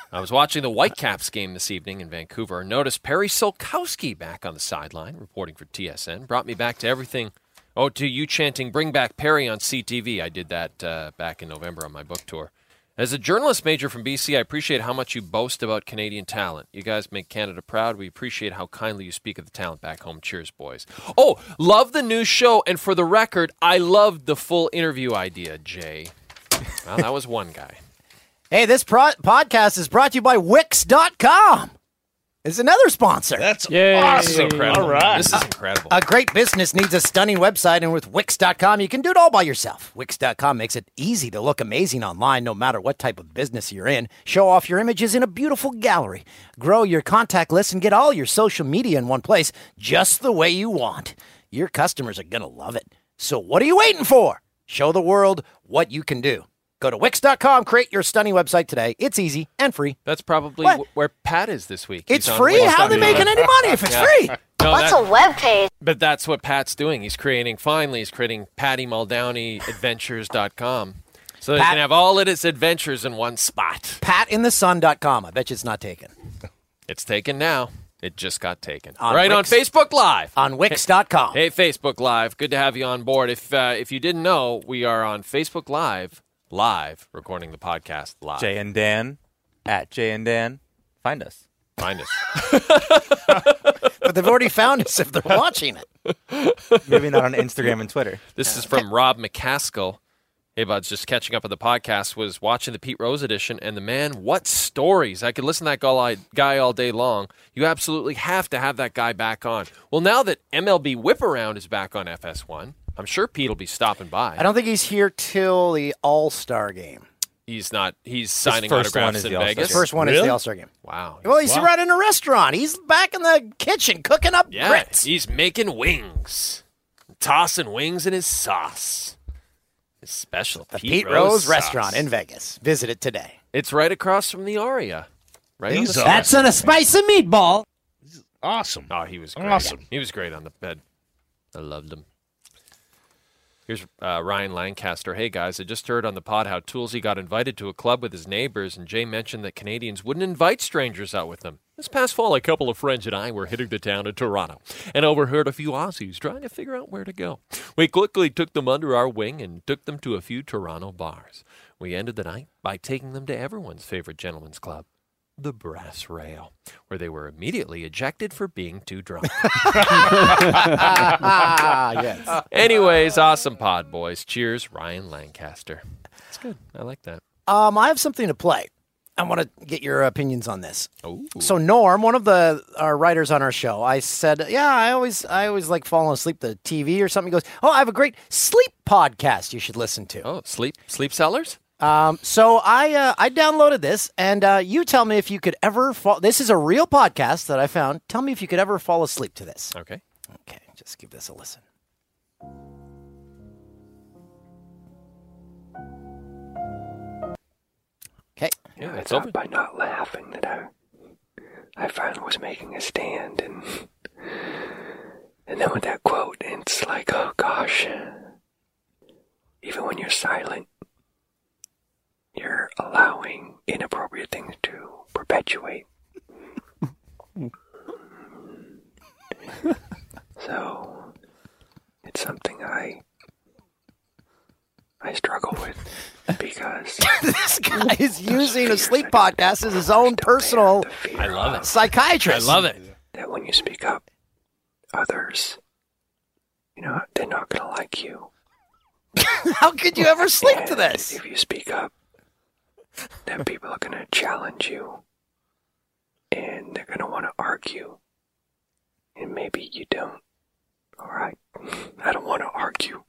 Speaker 3: I was watching the Whitecaps game this evening in Vancouver and noticed Perry Solkowski back on the sideline reporting for TSN. Brought me back to everything Oh, to you chanting "Bring back Perry" on CTV. I did that uh, back in November on my book tour. As a journalist major from BC, I appreciate how much you boast about Canadian talent. You guys make Canada proud. We appreciate how kindly you speak of the talent back home. Cheers, boys. Oh, love the new show. And for the record, I loved the full interview idea, Jay. Well, that was one guy.
Speaker 10: Hey, this pro- podcast is brought to you by Wix.com. It's another sponsor.
Speaker 6: That's
Speaker 3: This is incredible. This is incredible.
Speaker 10: A great business needs a stunning website, and with Wix.com, you can do it all by yourself. Wix.com makes it easy to look amazing online no matter what type of business you're in. Show off your images in a beautiful gallery, grow your contact list, and get all your social media in one place just the way you want. Your customers are going to love it. So, what are you waiting for? Show the world what you can do. Go to Wix.com, create your stunning website today. It's easy and free.
Speaker 3: That's probably
Speaker 10: What?
Speaker 3: wh- where Pat is this week.
Speaker 10: It's
Speaker 3: He's on
Speaker 10: free?
Speaker 3: Wednesday.
Speaker 10: How are they making any money if it's
Speaker 3: Yeah.
Speaker 10: free?
Speaker 3: No, that-
Speaker 8: web page?
Speaker 3: But that's what Pat's doing. He's creating, finally, he's creating PattyMuldowneyAdventures.com. So they
Speaker 10: Pat-
Speaker 3: can have all of its adventures in one spot.
Speaker 10: PatInTheSun.com. I bet you it's not taken.
Speaker 3: It's taken now. It just got taken.
Speaker 10: On Uh,
Speaker 3: right
Speaker 10: Wix.
Speaker 3: on Facebook Live.
Speaker 10: On Wix.com.
Speaker 3: Hey, Facebook Live. Good to have you on board. If uh, if you didn't know, we are on Facebook Live, live, recording the podcast live.
Speaker 7: Jay and Dan at Jay and Dan. Find us.
Speaker 3: Find us.
Speaker 10: *laughs* But they've already found
Speaker 3: *laughs*
Speaker 10: us if they're watching it.
Speaker 7: Maybe not on Instagram and Twitter.
Speaker 3: This is from Rob McCaskill. Hey, buds, just catching up on the podcast. Was watching the Pete Rose edition, and the man, what stories! I could listen to that guy- guy all day long. You absolutely have to have that guy back on. Well, now that MLB Whip Around is back on FS1, I'm sure Pete will be stopping by.
Speaker 10: I don't think he's here till the All Star game.
Speaker 3: He's not. He's signing
Speaker 7: first one
Speaker 3: autographs
Speaker 7: is
Speaker 3: in
Speaker 7: the All-Star
Speaker 3: Vegas.
Speaker 7: game. First one is the Really? All-Star
Speaker 10: game.
Speaker 3: Wow.
Speaker 10: Well, he's
Speaker 3: Wow.
Speaker 10: right in a restaurant. He's back in the kitchen cooking up
Speaker 3: Yeah,
Speaker 10: grits.
Speaker 3: he's making wings, tossing wings in his sauce. It's special.
Speaker 10: The Pete, Rose, Restaurant in Vegas. Visit it today.
Speaker 3: It's right across from the Aria. Right. on
Speaker 6: He's
Speaker 3: the
Speaker 6: That's
Speaker 3: side.
Speaker 6: an-
Speaker 14: a spicy meatball.
Speaker 6: Awesome.
Speaker 3: Oh, he was great.
Speaker 6: Awesome.
Speaker 3: He was great on the bed. I loved him. Here's uh, Ryan Lancaster. Hey guys, I just heard on the pod how Toolsy got invited to a club with his neighbors, and Jay mentioned that Canadians wouldn't invite strangers out with them. This past fall, a couple of friends and I were hitting the town of Toronto and overheard a few Aussies trying to figure out where to go. We quickly took them under our wing and took them to a few Toronto bars. We ended the night by taking them to everyone's favorite gentleman's club, the Brass Rail, where they were immediately ejected for being too drunk.
Speaker 10: *laughs*
Speaker 3: *laughs*
Speaker 10: Yes.
Speaker 3: Anyways, awesome pod, boys. Cheers, Ryan Lancaster. That's good. I like that.
Speaker 10: Um, I have something to play. I want to get your opinions on this.
Speaker 3: Oh.
Speaker 10: So Norm, one of the our writers on our show, I said, "Yeah, I always I always like falling asleep to TV or something." He goes, "Oh, I have a great sleep podcast you should listen to."
Speaker 3: Oh, sleep sleep sellers?
Speaker 10: Um, so I uh, I downloaded this, and uh, you tell me if you could ever fall. This is a real podcast that I found. Tell me if you could ever fall asleep to this.
Speaker 3: Okay.
Speaker 10: Okay, just give this a listen. Okay.
Speaker 3: Yeah,
Speaker 15: I
Speaker 3: it's
Speaker 15: thought
Speaker 3: open.
Speaker 15: by not laughing that I, I finally was making a stand, and and then with that quote, it's like, oh gosh, even when you're silent, you're allowing inappropriate things to perpetuate. so it's something I I struggle with because.
Speaker 10: *laughs* this guy is using a sleep podcast as his own personal
Speaker 3: I love it.
Speaker 10: psychiatrist.
Speaker 3: I love it.
Speaker 15: That when you speak up, others, you know, they're not going to like you.
Speaker 10: How could you ever sleep to this?
Speaker 15: If you speak up, then people are going to challenge you. And they're going to want to argue. And maybe you don't. All right. I don't want to argue.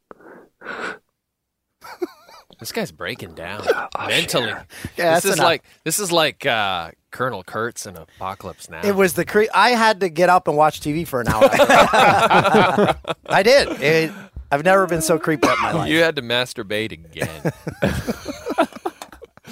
Speaker 3: This guy's breaking down
Speaker 15: I'll
Speaker 3: mentally.
Speaker 15: share.
Speaker 10: Oh, Yeah,
Speaker 3: this
Speaker 10: that's
Speaker 3: is
Speaker 10: enough.
Speaker 3: like this is like uh, Colonel Kurtz in Apocalypse Now.
Speaker 10: It was the cre- I had to get up and watch TV for an *laughs* hour. I did. It, I've never been so creeped out in my life.
Speaker 3: you had to masturbate
Speaker 10: *laughs*
Speaker 3: again.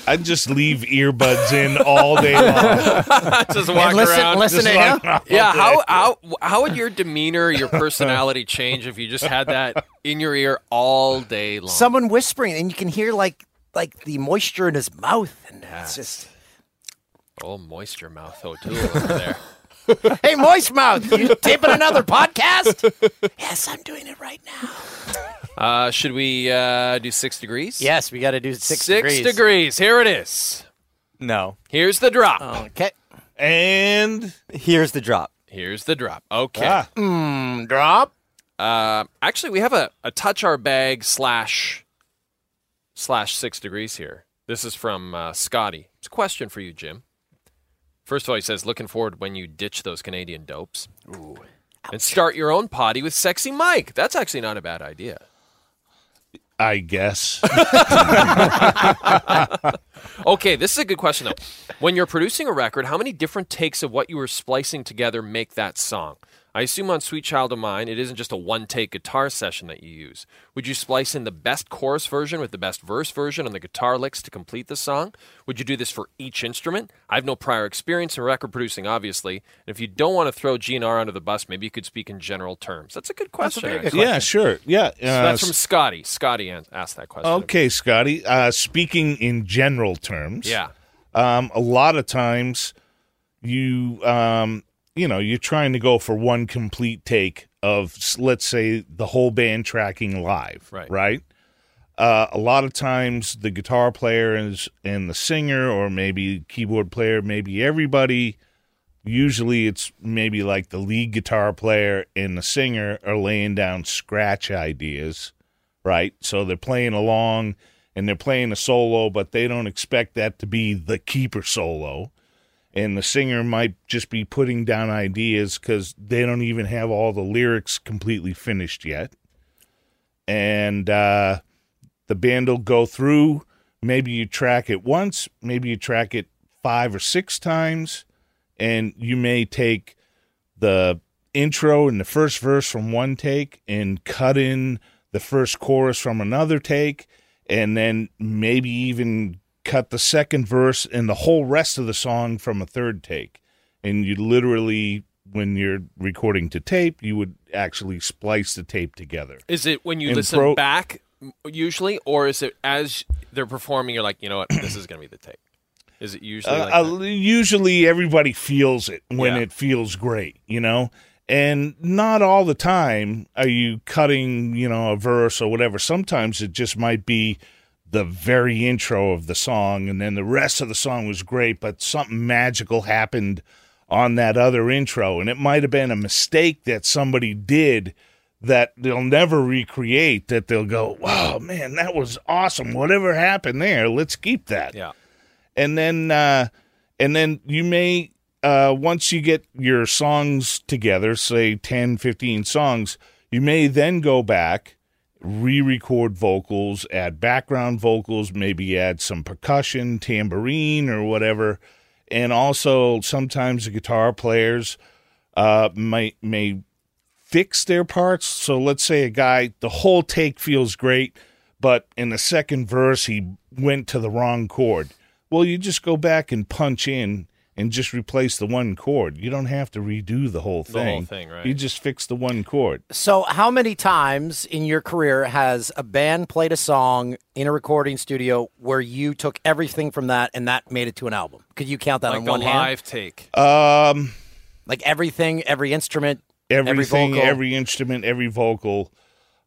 Speaker 6: I'd just leave earbuds in
Speaker 3: *laughs*
Speaker 6: all day long.
Speaker 3: just walk around.
Speaker 6: Just
Speaker 3: *laughs*
Speaker 6: walk around
Speaker 3: Yeah,
Speaker 6: all day.
Speaker 10: *laughs*
Speaker 3: how, how how would your demeanor, your personality change if you just had that in your ear all day long?
Speaker 10: Someone whispering, and you can hear like like the moisture in his mouth, and it's just
Speaker 3: Oh, moisture mouth O'Toole over there.
Speaker 16: hey, Moist Mouth, you taping another
Speaker 10: *laughs*
Speaker 16: podcast? Yes, I'm doing it right now.
Speaker 3: *laughs* Uh, should we uh, do six degrees?
Speaker 10: Yes, we got to do six
Speaker 3: Six
Speaker 10: degrees.
Speaker 3: degrees. Here it is.
Speaker 7: No.
Speaker 3: Here's the drop.
Speaker 10: Okay.
Speaker 6: And
Speaker 7: here's the drop.
Speaker 3: Here's the drop. Okay. Hmm,
Speaker 7: Ah.
Speaker 10: Mm, drop.
Speaker 3: Uh, actually, we have a, a touch our bag slash slash six degrees here. This is from uh, Scotty. It's a question for you, Jim. First of all, he says, looking forward when you ditch those Canadian dopes
Speaker 10: Ooh.
Speaker 3: and start your own potty with Sexy Mike. That's actually not a bad idea. *laughs*
Speaker 6: I guess.
Speaker 3: okay, this is a good question though. When you're producing a record, how many different takes of what you were splicing together make that song? I assume on Sweet Child of Mine, it isn't just a one take guitar session that you use. Would you splice in the best chorus version with the best verse version and the guitar licks to complete the song? Would you do this for each instrument? I have no prior experience in record producing, obviously. And if you don't want to throw GNR under the bus, maybe you could speak in general terms. That's a good question. actually.
Speaker 6: Yeah, sure. Yeah.
Speaker 3: So
Speaker 6: uh,
Speaker 3: that's from Scotty. Scotty an- asked that question.
Speaker 6: Okay, Scotty. Uh, speaking in general terms,
Speaker 3: Yeah.
Speaker 6: Um, a lot of times, you um, you know, you're trying to go for one complete take of, s- let's say, the whole band tracking live,
Speaker 3: Right.
Speaker 6: Right. Uh, a lot of times, the guitar player is, and the singer, or maybe keyboard player, maybe everybody. Usually, it's maybe like the lead guitar player and the singer are laying down scratch ideas right? So they're playing along and they're playing a solo, but they don't expect that to be the keeper solo. And the singer might just be putting down ideas because they don't even have all the lyrics completely finished yet. And uh, the band will go through. Maybe you track it once, maybe you track it five or six times, and you may take the intro and the first verse from one take and cut in the first chorus from another take and then maybe even cut the second verse and the whole rest of the song from a third take and you literally when you're recording to tape you would actually splice the tape together
Speaker 3: Is it when you
Speaker 6: And
Speaker 3: listen
Speaker 6: pro-
Speaker 3: back m- usually, or is it as they're performing? You're like, you know what, this is going to be the take. Is it usually? like
Speaker 6: Uh,
Speaker 3: that?
Speaker 6: uh, usually everybody feels it when
Speaker 3: Yeah.
Speaker 6: it feels great, you know? And not all the time are you cutting, you know, a verse or whatever. Sometimes it just might be the very intro of the song and then the rest of the song was great, but something magical happened on that other intro and it might have been a mistake that somebody did that they'll never recreate that they'll go, "Wow, man, that was awesome. Whatever happened there, let's keep that."
Speaker 3: Yeah.
Speaker 6: and then uh and then you may uh once you get your songs together say 10 15 songs you may then go back re-record vocals add background vocals maybe add some percussion tambourine or whatever and also sometimes the guitar players uh might may fix their parts. So let's say a guy, the whole take feels great, but in the second verse, he went to the wrong chord. Well, you just go back and punch in and just replace the one chord. You don't have to redo the whole
Speaker 3: The
Speaker 6: thing.
Speaker 3: whole thing, right.
Speaker 6: You just fix the one chord.
Speaker 10: So, how many times in your career has a band played a song in a recording studio where you took everything from that and that made it to an album? Could you count that
Speaker 3: like
Speaker 10: on
Speaker 3: the
Speaker 10: one hand?
Speaker 3: live take.
Speaker 6: Um,
Speaker 10: Like everything, every instrument,
Speaker 6: everything,
Speaker 10: every vocal.
Speaker 6: every instrument, every vocal.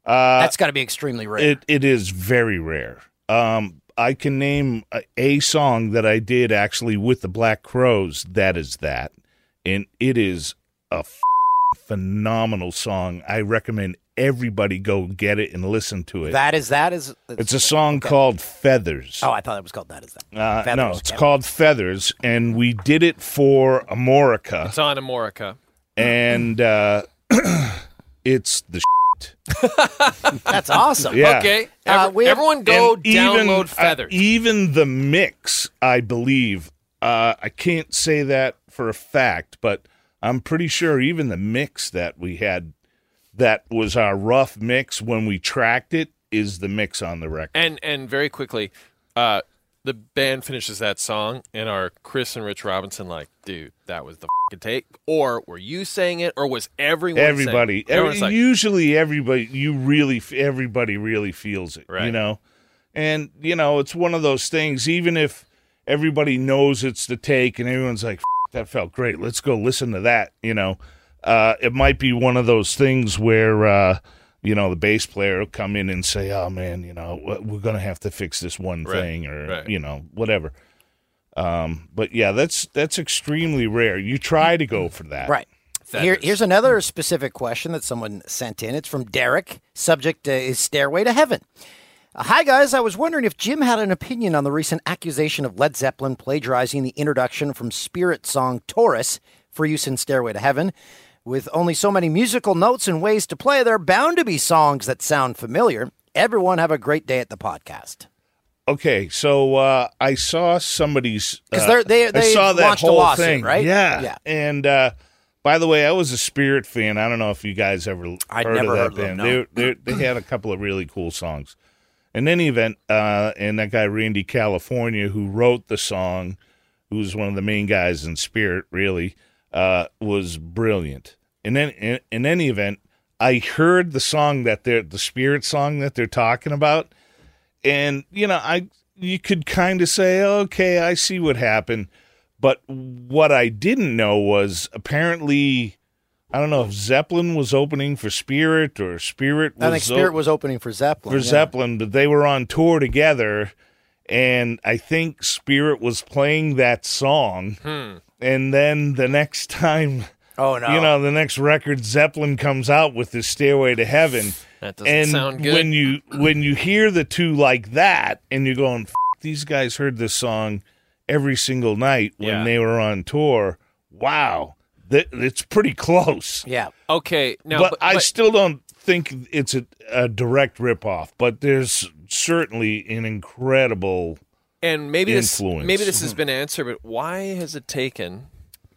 Speaker 6: Uh,
Speaker 10: That's got to be extremely rare.
Speaker 6: It it is very rare. Um, I can name a, a song that I did actually with the Black Crows. That is that, and it is a f- phenomenal song. I recommend everybody go get it and listen to it.
Speaker 10: that is that is.
Speaker 6: it's a song called Feathers.
Speaker 10: Oh, I thought it was called that is that.
Speaker 6: Uh, no,
Speaker 10: Feathers,
Speaker 6: it's
Speaker 10: Kevin.
Speaker 6: called Feathers, and we did it for Amorica
Speaker 3: It's on Amorica.
Speaker 6: and uh, *clears throat* it's the shit.
Speaker 10: That's
Speaker 6: *laughs*
Speaker 10: awesome.
Speaker 6: Yeah.
Speaker 3: Okay.
Speaker 10: Uh,
Speaker 3: Every- everyone go
Speaker 6: And
Speaker 3: download
Speaker 6: uh,
Speaker 3: Feathers.
Speaker 6: even the mix, I believe. Uh, I can't say that for a fact, but I'm pretty sure even the mix that we had, that was our rough mix when we tracked it, is the mix on the record.
Speaker 3: And and very quickly, uh, the band finishes that song, and are Chris and Rich Robinson like, dude, that was the f take, or were you saying it, or was everyone? saying it?
Speaker 6: everybody every,
Speaker 3: Everyone's like,
Speaker 6: usually everybody you really f- everybody really feels it you
Speaker 3: Right.
Speaker 6: know and you know it's one of those things even if everybody knows it's the take and everyone's like that felt great. Let's go listen to that. You know, uh, it might be one of those things where uh, you know the bass player will come in and say, "Oh man, you know, w- we're gonna have to fix this one
Speaker 3: Right,
Speaker 6: thing," or
Speaker 3: right.
Speaker 6: you know, whatever. Um, but yeah, that's that's extremely rare. You try to go for that,
Speaker 10: Right. Here, here's another specific question that someone sent in. It's from Derek. Subject uh, is Stairway to Heaven. Uh, Hi, guys. I was wondering if Jim had an opinion on the recent accusation of Led Zeppelin plagiarizing the introduction from Spirit song Taurus for use in Stairway to Heaven. With only so many musical notes and ways to play, there are bound to be songs that sound familiar. Everyone have a great day at the podcast.
Speaker 6: Okay, so uh, I saw somebody's
Speaker 10: 'Cause
Speaker 6: uh,
Speaker 10: they're- they-
Speaker 6: I
Speaker 10: they
Speaker 6: saw that
Speaker 10: launched a
Speaker 6: whole
Speaker 10: lawsuit,
Speaker 6: thing,
Speaker 10: right?
Speaker 6: Yeah,
Speaker 10: Yeah.
Speaker 6: And uh, by the way, I was a Spirit fan. I don't know if you guys ever
Speaker 10: I'd
Speaker 6: heard of
Speaker 10: never
Speaker 6: that
Speaker 10: heard of
Speaker 6: band.
Speaker 10: them, no.
Speaker 6: They, they they had a couple of really cool songs. In any event, uh, and that guy Randy California, who wrote the song, who was one of the main guys in Spirit, really uh, was brilliant. And then, in, in any event, I heard the song that they're the Spirit song that they're talking about and you know i you could kind of say okay i see what happened but what i didn't know was apparently i don't know if zeppelin was opening for spirit or spirit was
Speaker 10: I think Spirit
Speaker 6: op-
Speaker 10: was opening for Zeppelin.
Speaker 6: for
Speaker 10: yeah.
Speaker 6: zeppelin but they were on tour together and i think spirit was playing that song
Speaker 3: Hmm.
Speaker 6: and then the next *laughs* time
Speaker 10: Oh no.
Speaker 6: you know the next record zeppelin comes out with this stairway to heaven
Speaker 3: That doesn't
Speaker 6: and
Speaker 3: sound good.
Speaker 6: when you when you hear the two like that and you're going F- these guys heard this song every single night when
Speaker 3: Yeah.
Speaker 6: they were on tour wow that it's pretty close
Speaker 10: yeah
Speaker 3: Okay, now
Speaker 6: but,
Speaker 3: but,
Speaker 6: i
Speaker 3: but-
Speaker 6: still don't think it's a, a direct ripoff but there's certainly an incredible
Speaker 3: and maybe
Speaker 6: influence.
Speaker 3: this maybe this
Speaker 10: Mm-hmm.
Speaker 3: has been answered, but why has it taken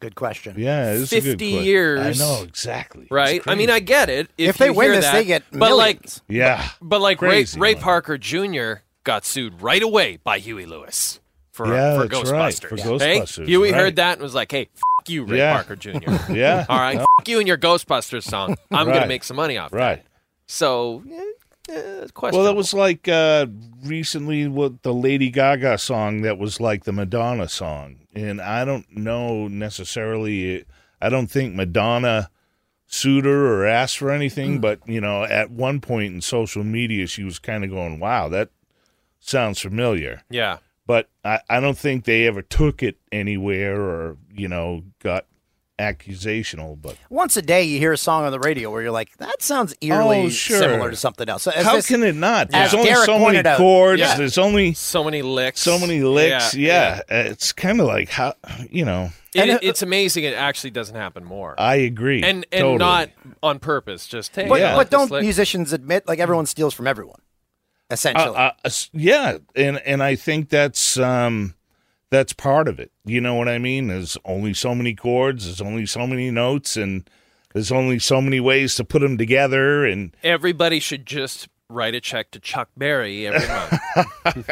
Speaker 10: Good question.
Speaker 6: yeah it's a good
Speaker 3: 50
Speaker 6: question.
Speaker 3: years.
Speaker 6: i know exactly
Speaker 3: Right? I mean, I get it. If,
Speaker 10: If they
Speaker 3: you
Speaker 10: win
Speaker 3: hear
Speaker 10: this,
Speaker 3: that,
Speaker 10: they get
Speaker 3: But like,
Speaker 10: millions.
Speaker 3: *laughs*
Speaker 6: yeah
Speaker 3: but like Ray,
Speaker 6: Crazy
Speaker 3: Ray
Speaker 6: money.
Speaker 3: Parker Jr. got sued right away by Huey Lewis for,
Speaker 6: Yeah,
Speaker 3: for
Speaker 6: that's
Speaker 3: Ghostbusters.
Speaker 6: right, for
Speaker 3: Hey,
Speaker 6: Ghostbusters,
Speaker 3: Huey
Speaker 6: right.
Speaker 3: heard that and was like, "Hey, f- you, Ray
Speaker 6: Yeah.
Speaker 3: Parker
Speaker 6: *laughs*
Speaker 3: Jr.
Speaker 6: Yeah.
Speaker 3: all right,
Speaker 6: No.
Speaker 3: f- you and your Ghostbusters song. I'm gonna
Speaker 6: Right.
Speaker 3: make some money off
Speaker 6: right
Speaker 3: that." So, eh, eh, question.
Speaker 6: Well, that was like uh, recently what the Lady Gaga song that was like the Madonna song, and I don't know necessarily. I don't think Madonna sued her or asked for anything, but you know, at one point in social media, she was kind of going, "Wow, that sounds familiar."
Speaker 3: yeah.
Speaker 6: But I, I don't think they ever took it anywhere or you know got accusational. But
Speaker 10: Once a day, you hear a song on the radio where you're like, "That sounds eerily
Speaker 6: Oh, sure.
Speaker 10: similar to something else." So as
Speaker 6: how
Speaker 10: this-
Speaker 6: can it not?
Speaker 10: as
Speaker 6: There's only
Speaker 10: Derek
Speaker 6: so many
Speaker 10: pointed out-
Speaker 6: chords.
Speaker 3: Yeah.
Speaker 6: There's only
Speaker 3: so many licks.
Speaker 6: so many licks. Yeah, Uh, it's kind of like how you know.
Speaker 3: It,
Speaker 10: uh,
Speaker 3: it's amazing. It actually doesn't happen more,
Speaker 6: I agree,
Speaker 3: and and
Speaker 6: Totally.
Speaker 3: not on purpose. Just hey,
Speaker 10: But,
Speaker 3: I like
Speaker 10: but
Speaker 3: this
Speaker 10: don't
Speaker 3: lick.
Speaker 10: musicians admit like everyone steals from everyone?
Speaker 6: Uh,
Speaker 10: Essentially,
Speaker 6: uh, s- yeah, and and I think that's um that's part of it. You know what I mean? There's only so many chords. There's only so many notes, and there's only so many ways to put them together. And
Speaker 3: everybody should just write a check to Chuck Berry
Speaker 10: *laughs*
Speaker 3: every month.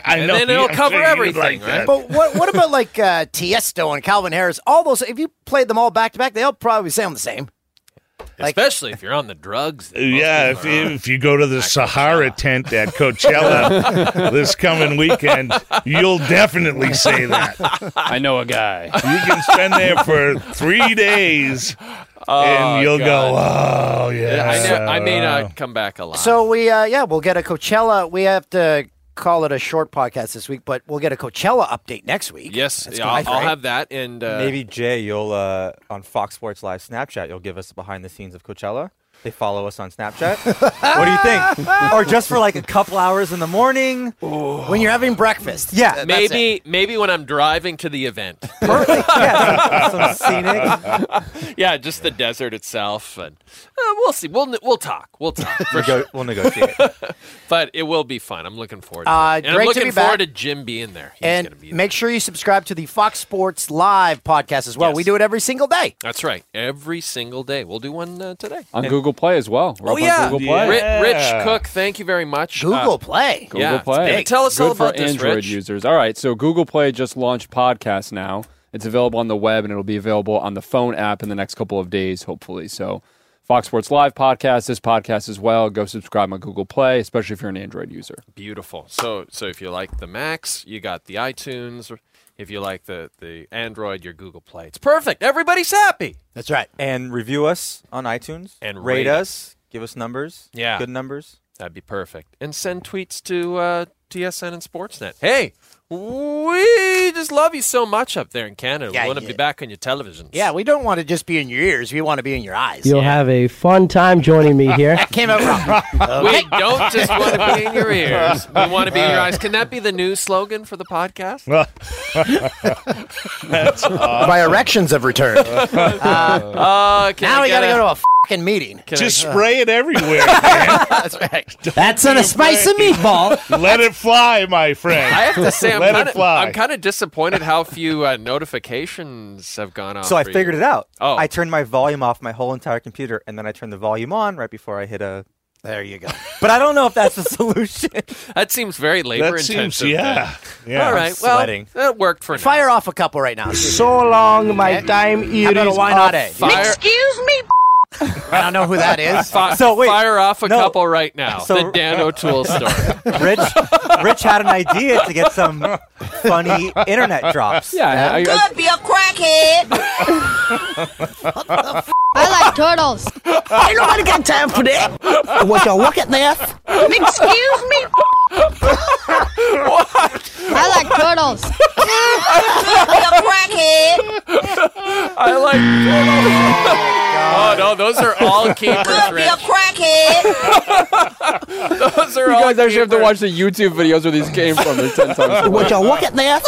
Speaker 6: I
Speaker 3: And
Speaker 6: know
Speaker 3: then
Speaker 6: *laughs*
Speaker 3: it'll
Speaker 6: I'm
Speaker 3: cover
Speaker 6: saying it
Speaker 3: everything,
Speaker 6: like
Speaker 3: right?
Speaker 6: that.
Speaker 10: but what what about like uh, Tiesto and Calvin Harris? All those if you played them all back to back, they all probably sound the same. Like-
Speaker 3: Especially if you're on the drugs. that most
Speaker 6: yeah, if
Speaker 3: people
Speaker 6: you,
Speaker 3: are on.
Speaker 6: if you go to the Sahara tent at
Speaker 3: *laughs*
Speaker 6: Coachella this coming weekend, you'll definitely say that.
Speaker 17: I know a guy.
Speaker 6: You can spend there for three days, and you'll go, oh
Speaker 3: *laughs*
Speaker 6: yeah.
Speaker 3: I, know- I uh, may
Speaker 6: wow."
Speaker 3: not come back alive.
Speaker 10: So we uh, yeah, we'll get a Coachella. We have to call it a short podcast this week, but we'll get a Coachella update next week.
Speaker 3: yes,
Speaker 10: That's
Speaker 3: yeah,
Speaker 10: gonna
Speaker 3: I'll,
Speaker 10: be
Speaker 3: I'll
Speaker 10: great.
Speaker 3: have that. And uh,
Speaker 7: *laughs* Maybe Jay, you'll uh, on Fox Sports Live Snapchat, you'll give us behind the scenes of Coachella. They follow us on Snapchat. *laughs* what do you think? or just for like a couple hours in the *laughs* morning?
Speaker 10: when you're having breakfast.
Speaker 7: Yeah.
Speaker 10: Th- that's it.
Speaker 3: maybe maybe when I'm driving to the
Speaker 10: *laughs*
Speaker 3: event.
Speaker 7: yeah, some, some scenic.
Speaker 3: yeah, just the desert itself, and uh, we'll see. We'll we'll talk. We'll
Speaker 10: *laughs*
Speaker 3: talk. For sure.
Speaker 7: Nego- we'll negotiate.
Speaker 3: But it will be fun. I'm looking forward. to
Speaker 10: Uh,
Speaker 3: it. And
Speaker 10: great
Speaker 3: I'm
Speaker 10: to
Speaker 3: looking
Speaker 10: be
Speaker 3: forward
Speaker 10: back.
Speaker 3: to Jim being there. He's gonna be
Speaker 10: and
Speaker 3: there.
Speaker 10: make sure you subscribe to the Fox Sports Live podcast as well.
Speaker 3: Yes.
Speaker 10: We do it every single day.
Speaker 3: That's right. Every single day. We'll do one uh, today.
Speaker 17: On Google Play as well. We're
Speaker 3: Oh
Speaker 17: up on
Speaker 3: yeah,
Speaker 17: Google Play.
Speaker 3: Ri-
Speaker 6: Yeah.
Speaker 3: Rich Cook. Thank you very much.
Speaker 10: Google
Speaker 3: Uh,
Speaker 10: Play.
Speaker 17: Google
Speaker 3: Yeah, it's
Speaker 17: Play.
Speaker 3: big. Tell us
Speaker 17: Good
Speaker 3: all about
Speaker 17: for
Speaker 3: this,
Speaker 17: Android
Speaker 3: Rich.
Speaker 17: users. All right, so Google Play just launched podcasts now. It's available on the web and it'll be available on the phone app in the next couple of days, hopefully. So, Fox Sports Live podcast, this podcast as well. Go subscribe on Google Play, especially if you're an Android user.
Speaker 3: beautiful. So so if you like the Macs, you got the iTunes. If you like the, the Android, your Google Play. It's perfect. Everybody's happy.
Speaker 10: That's right.
Speaker 7: And review us on iTunes.
Speaker 3: And rate
Speaker 7: rate us. Give us numbers.
Speaker 3: Yeah.
Speaker 7: Good numbers.
Speaker 3: That'd be perfect. And send tweets to uh, TSN and Sportsnet. Hey, we just love you so much up there in Canada.
Speaker 10: Yeah,
Speaker 3: we want to
Speaker 10: yeah.
Speaker 3: be back on your television.
Speaker 10: Yeah, we don't want to just be in your ears. We want to be in your eyes.
Speaker 11: You'll have a fun time joining me here.
Speaker 10: That *laughs* came out
Speaker 3: *laughs*
Speaker 10: wrong.
Speaker 7: Uh,
Speaker 3: We don't just want to be in your ears. We want to be in your eyes. Can that be the new slogan for the podcast?
Speaker 6: *laughs*
Speaker 3: *laughs*
Speaker 6: That's
Speaker 10: My erections have returned.
Speaker 3: Uh, can
Speaker 10: now
Speaker 3: I
Speaker 10: we
Speaker 3: get
Speaker 10: got to
Speaker 3: a-
Speaker 10: go to a
Speaker 3: *laughs*
Speaker 10: fucking meeting.
Speaker 6: Just spray it everywhere. man.
Speaker 10: That's right.
Speaker 11: That's on a spice and meatball.
Speaker 6: Let it fly, my friend.
Speaker 3: I have to say, I'm
Speaker 6: let
Speaker 3: kinda,
Speaker 6: it fly.
Speaker 3: I'm kinda disappointed how few uh, notifications have gone off.
Speaker 7: So I
Speaker 3: for you.
Speaker 7: figured it out.
Speaker 3: Oh,
Speaker 7: I turned my volume off my whole entire computer, and then I turned the volume on right before I hit a.
Speaker 10: *laughs* There you go.
Speaker 7: But I don't know if that's the *laughs* solution.
Speaker 3: that seems very labor intensive.
Speaker 7: seems- yeah.
Speaker 3: then.
Speaker 7: Yeah.
Speaker 3: All right.
Speaker 7: I'm
Speaker 3: well,
Speaker 7: sweating.
Speaker 3: that worked for now.
Speaker 10: Fire off a couple right now.
Speaker 9: So long, my time
Speaker 10: How
Speaker 9: it
Speaker 10: about a
Speaker 9: is
Speaker 10: why
Speaker 9: up.
Speaker 10: not A?
Speaker 8: *laughs* Excuse me.
Speaker 10: I don't know who that
Speaker 11: *laughs*
Speaker 10: is.
Speaker 3: Fi-
Speaker 7: uh, So, wait,
Speaker 3: fire off a
Speaker 7: no.
Speaker 3: couple right now.
Speaker 7: So-
Speaker 3: the Dan O'Toole
Speaker 7: *laughs*
Speaker 3: story.
Speaker 7: Rich, Rich had an idea to get some funny internet drops.
Speaker 17: Yeah, I- I- I-
Speaker 8: Could be a crackhead.
Speaker 18: I like turtles.
Speaker 11: Ain't nobody got time for that. What y'all look at that?
Speaker 18: Excuse me. I like turtles.
Speaker 8: Could be a crackhead.
Speaker 3: I
Speaker 7: *laughs*
Speaker 3: like. Oh, no, those are all
Speaker 7: *laughs*
Speaker 3: keepers,
Speaker 8: Could be a
Speaker 3: Rich.
Speaker 8: crackhead.
Speaker 3: Those are
Speaker 17: you
Speaker 3: all
Speaker 17: guys actually have to
Speaker 3: keepers.
Speaker 17: watch the YouTube videos where these came from. They're ten times.
Speaker 11: What
Speaker 17: worse.
Speaker 11: y'all look at that?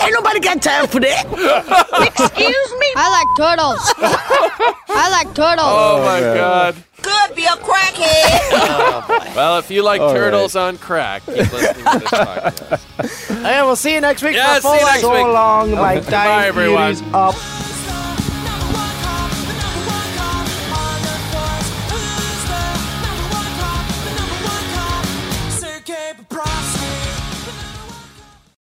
Speaker 11: Ain't nobody got time for that.
Speaker 8: Excuse me.
Speaker 18: I like turtles. I like turtles.
Speaker 3: Oh, my God. Oh,
Speaker 8: Could be
Speaker 3: *laughs*
Speaker 8: a crackhead.
Speaker 3: Well, if you like
Speaker 17: All
Speaker 3: turtles on crack, keep listening to this podcast.
Speaker 10: And we'll see you next week.
Speaker 3: Yeah,
Speaker 10: for
Speaker 3: see you
Speaker 10: full
Speaker 3: next
Speaker 10: on.
Speaker 3: week.
Speaker 9: So long, my time
Speaker 3: everyone.
Speaker 9: it is up.